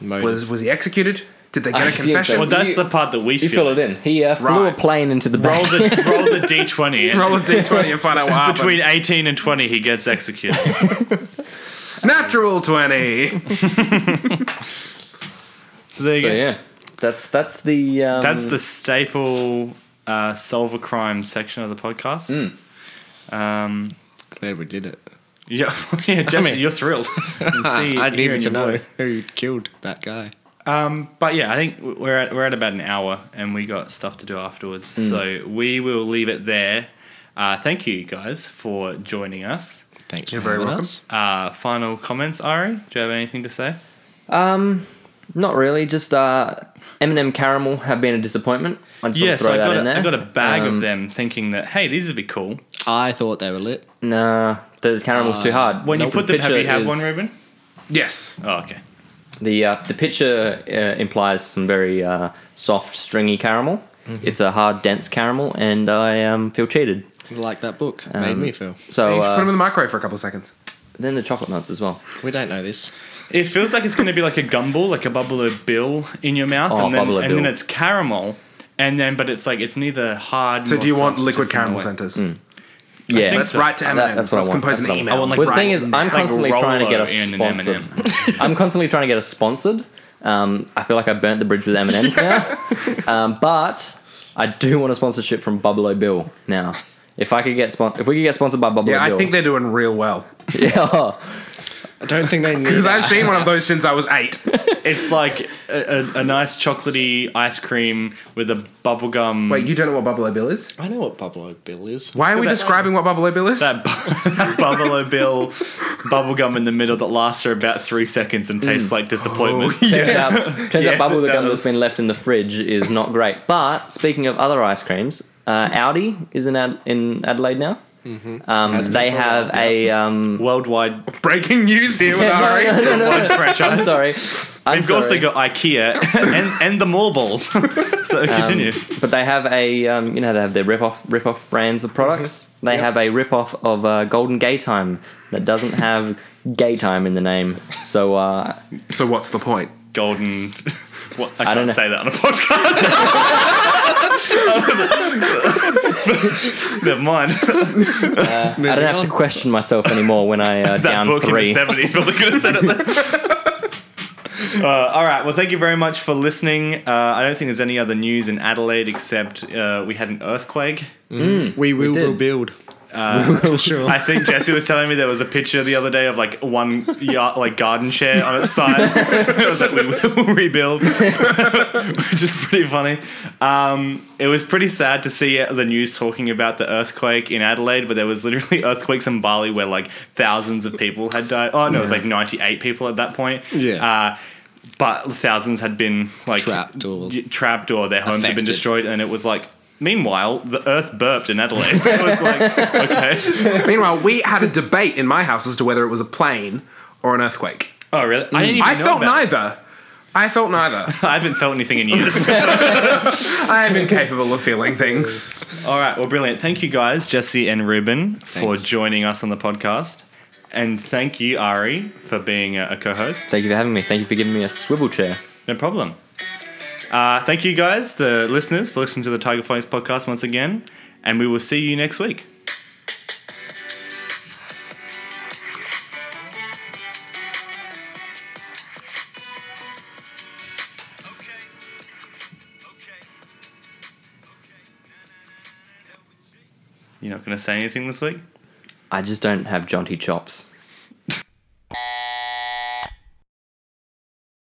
[SPEAKER 4] motive.
[SPEAKER 3] was was he executed? Did they get
[SPEAKER 2] I
[SPEAKER 3] a
[SPEAKER 2] see,
[SPEAKER 3] confession?
[SPEAKER 1] Well,
[SPEAKER 2] exactly.
[SPEAKER 1] that's
[SPEAKER 2] You-
[SPEAKER 1] the part that we
[SPEAKER 2] You fill
[SPEAKER 1] feel.
[SPEAKER 2] it in. He uh, flew a
[SPEAKER 3] Right.
[SPEAKER 2] plane into the
[SPEAKER 1] Roll
[SPEAKER 2] back.
[SPEAKER 1] the roll the d twenty.
[SPEAKER 3] Roll a d20 and find out what happened.
[SPEAKER 1] Between eighteen and twenty, he gets executed.
[SPEAKER 3] Natural 20.
[SPEAKER 1] So there you
[SPEAKER 2] So
[SPEAKER 1] go.
[SPEAKER 2] yeah, that's that's the um,
[SPEAKER 1] That's the staple uh, solve a crime section of the podcast.
[SPEAKER 2] Mm.
[SPEAKER 1] Um,
[SPEAKER 4] Glad we did it.
[SPEAKER 1] yeah, yeah, Jesse, you're thrilled. You can see
[SPEAKER 4] Ah, I
[SPEAKER 1] it here in
[SPEAKER 4] needed to
[SPEAKER 1] your
[SPEAKER 4] know
[SPEAKER 1] voice.
[SPEAKER 4] who killed that guy.
[SPEAKER 1] Um, but yeah, I think we're at we're at about an hour, and we got stuff to do afterwards.
[SPEAKER 2] Mm.
[SPEAKER 1] So we will leave it there. Uh, thank you guys for joining us.
[SPEAKER 4] Thanks
[SPEAKER 3] You're
[SPEAKER 4] for
[SPEAKER 3] very
[SPEAKER 4] having
[SPEAKER 3] welcome.
[SPEAKER 4] us.
[SPEAKER 1] Uh, final comments, Ari? Do you have anything to say?
[SPEAKER 2] not really just uh, M&M caramel have been a disappointment. I just
[SPEAKER 1] Yes,
[SPEAKER 2] want to
[SPEAKER 1] I
[SPEAKER 2] throw that
[SPEAKER 1] got
[SPEAKER 2] in there.
[SPEAKER 1] a, I got a bag
[SPEAKER 2] Um,
[SPEAKER 1] of them, thinking that hey, these would be cool.
[SPEAKER 4] I thought they were lit.
[SPEAKER 2] Nah, the caramel's too hard.
[SPEAKER 1] When you
[SPEAKER 2] The
[SPEAKER 1] put them, have
[SPEAKER 2] picture
[SPEAKER 1] you had
[SPEAKER 2] is-
[SPEAKER 1] one, Ruben?
[SPEAKER 3] yes.
[SPEAKER 1] Oh, okay.
[SPEAKER 2] The uh, the picture uh, implies some very uh, soft, stringy caramel. It's a hard, dense caramel, and I um, feel cheated.
[SPEAKER 4] Like that book made me feel.
[SPEAKER 3] you
[SPEAKER 2] So
[SPEAKER 3] should put them in
[SPEAKER 2] uh,
[SPEAKER 3] the microwave for a couple of seconds.
[SPEAKER 2] then the chocolate nuts as well.
[SPEAKER 4] We don't know this.
[SPEAKER 1] It feels like it's going to be like a gumball, like a bubble of bill in your mouth,
[SPEAKER 2] Oh,
[SPEAKER 1] and then
[SPEAKER 2] Bubble O'
[SPEAKER 1] and then
[SPEAKER 2] Bill.
[SPEAKER 1] it's caramel, and then but it's like it's neither hard.
[SPEAKER 3] So
[SPEAKER 1] nor
[SPEAKER 3] do you want
[SPEAKER 1] soft,
[SPEAKER 3] liquid
[SPEAKER 1] just in the
[SPEAKER 3] caramel
[SPEAKER 1] way.
[SPEAKER 3] centers?
[SPEAKER 2] Yeah,
[SPEAKER 1] think
[SPEAKER 3] Let's
[SPEAKER 1] so.
[SPEAKER 3] write to
[SPEAKER 2] Mm. Uh, That-
[SPEAKER 3] M&M's.
[SPEAKER 2] that's what I
[SPEAKER 3] Let's
[SPEAKER 2] want.
[SPEAKER 3] compose
[SPEAKER 2] That's
[SPEAKER 3] an
[SPEAKER 2] what I
[SPEAKER 3] email.
[SPEAKER 1] want. like
[SPEAKER 2] Well, the
[SPEAKER 1] right
[SPEAKER 2] thing is, I'm
[SPEAKER 1] Like
[SPEAKER 2] constantly trying to get
[SPEAKER 1] Rolo
[SPEAKER 2] us
[SPEAKER 1] in an
[SPEAKER 2] sponsored.
[SPEAKER 1] M&M.
[SPEAKER 2] I'm constantly trying to get us sponsored. Um, I feel like I burnt the bridge with M and M's now, um, but I do want a sponsorship from Buffalo Bill now. If I could get spon- if we could get sponsored by Buffalo
[SPEAKER 3] Yeah, I
[SPEAKER 2] Bill,
[SPEAKER 3] think they're doing real well
[SPEAKER 2] yeah,
[SPEAKER 4] I don't think they need.
[SPEAKER 3] because
[SPEAKER 4] that.
[SPEAKER 3] I've seen one of those since I was eight.
[SPEAKER 1] It's like a, a, a nice chocolatey ice cream with a bubblegum.
[SPEAKER 3] Wait, you don't know what Buffalo Bill is?
[SPEAKER 4] I know what Pablo Bill is.
[SPEAKER 3] Why are we describing what Buffalo Bill is?
[SPEAKER 1] that, bu- that Buffalo Bill bubblegum in the middle that lasts for about three seconds and tastes
[SPEAKER 3] Mm.
[SPEAKER 1] like disappointment.
[SPEAKER 3] Oh,
[SPEAKER 2] turns out, turns
[SPEAKER 1] Yes,
[SPEAKER 2] out bubble
[SPEAKER 1] it
[SPEAKER 2] gum
[SPEAKER 1] does.
[SPEAKER 2] that's been left in the fridge is not great. But speaking of other ice creams, uh, Audi is in Ad- in Adelaide now. Um, they
[SPEAKER 4] been for a
[SPEAKER 2] have a um,
[SPEAKER 1] Worldwide
[SPEAKER 3] Breaking news here with Ari.
[SPEAKER 1] worldwide franchise.
[SPEAKER 2] I'm sorry. I'm
[SPEAKER 1] We've
[SPEAKER 2] sorry.
[SPEAKER 1] also got IKEA and, and the mall balls. so
[SPEAKER 2] Um,
[SPEAKER 1] continue.
[SPEAKER 2] But they have a um, you know they have their rip off rip off brands of products. They have a rip off of uh, Golden Gay Time that doesn't have Gay Time in the name. So uh,
[SPEAKER 3] So what's the point?
[SPEAKER 1] Golden. What, I can't
[SPEAKER 2] don't know.
[SPEAKER 1] say that on a podcast. Never mind.
[SPEAKER 2] I don't have
[SPEAKER 4] on.
[SPEAKER 2] to question myself anymore when I uh,
[SPEAKER 1] that
[SPEAKER 2] down
[SPEAKER 1] book
[SPEAKER 2] three.
[SPEAKER 1] in the 70s probably could have said it then. Uh, all right. Well, thank you very much for listening. Uh, I don't think there's any other news in Adelaide except uh, we had an earthquake.
[SPEAKER 4] We will
[SPEAKER 2] did.
[SPEAKER 4] rebuild. Uh, for sure.
[SPEAKER 1] I think Jesse was telling me there was a picture the other day of like one yard, like garden chair on its side. it was like we will rebuild, which is pretty funny. Um, it was pretty sad to see the news talking about the earthquake in Adelaide, but there was literally earthquakes in Bali where like thousands of people had died. Oh no, it was like ninety eight people at that point.
[SPEAKER 4] Yeah.
[SPEAKER 1] Uh, but thousands had been like
[SPEAKER 4] Trapped or-
[SPEAKER 1] y- trapped or their homes had been
[SPEAKER 4] Affected.
[SPEAKER 1] destroyed, and it was like. Meanwhile, the earth burped in Adelaide. it was like, okay.
[SPEAKER 3] Meanwhile, we had a debate in my house as to whether it was a plane or an earthquake.
[SPEAKER 1] Oh really? I didn't even
[SPEAKER 3] Mm. I
[SPEAKER 1] know
[SPEAKER 3] felt
[SPEAKER 1] about it.
[SPEAKER 3] neither. I felt neither.
[SPEAKER 1] I haven't felt anything in years.
[SPEAKER 3] I am incapable of feeling things.
[SPEAKER 1] All right, well, brilliant. Thank you guys, Jesse and Ruben,
[SPEAKER 4] Thanks.
[SPEAKER 1] for joining us on the podcast, and thank you Ari for being a, a co-host.
[SPEAKER 2] Thank you for having me. Thank you for giving me a swivel chair.
[SPEAKER 1] No problem. Uh, thank you guys, the listeners, for listening to the Tiger Phonics podcast once again, and we will see you next week.
[SPEAKER 5] Okay. Okay. Okay.
[SPEAKER 1] You're not going to say anything this week.
[SPEAKER 2] I just don't have jaunty chops.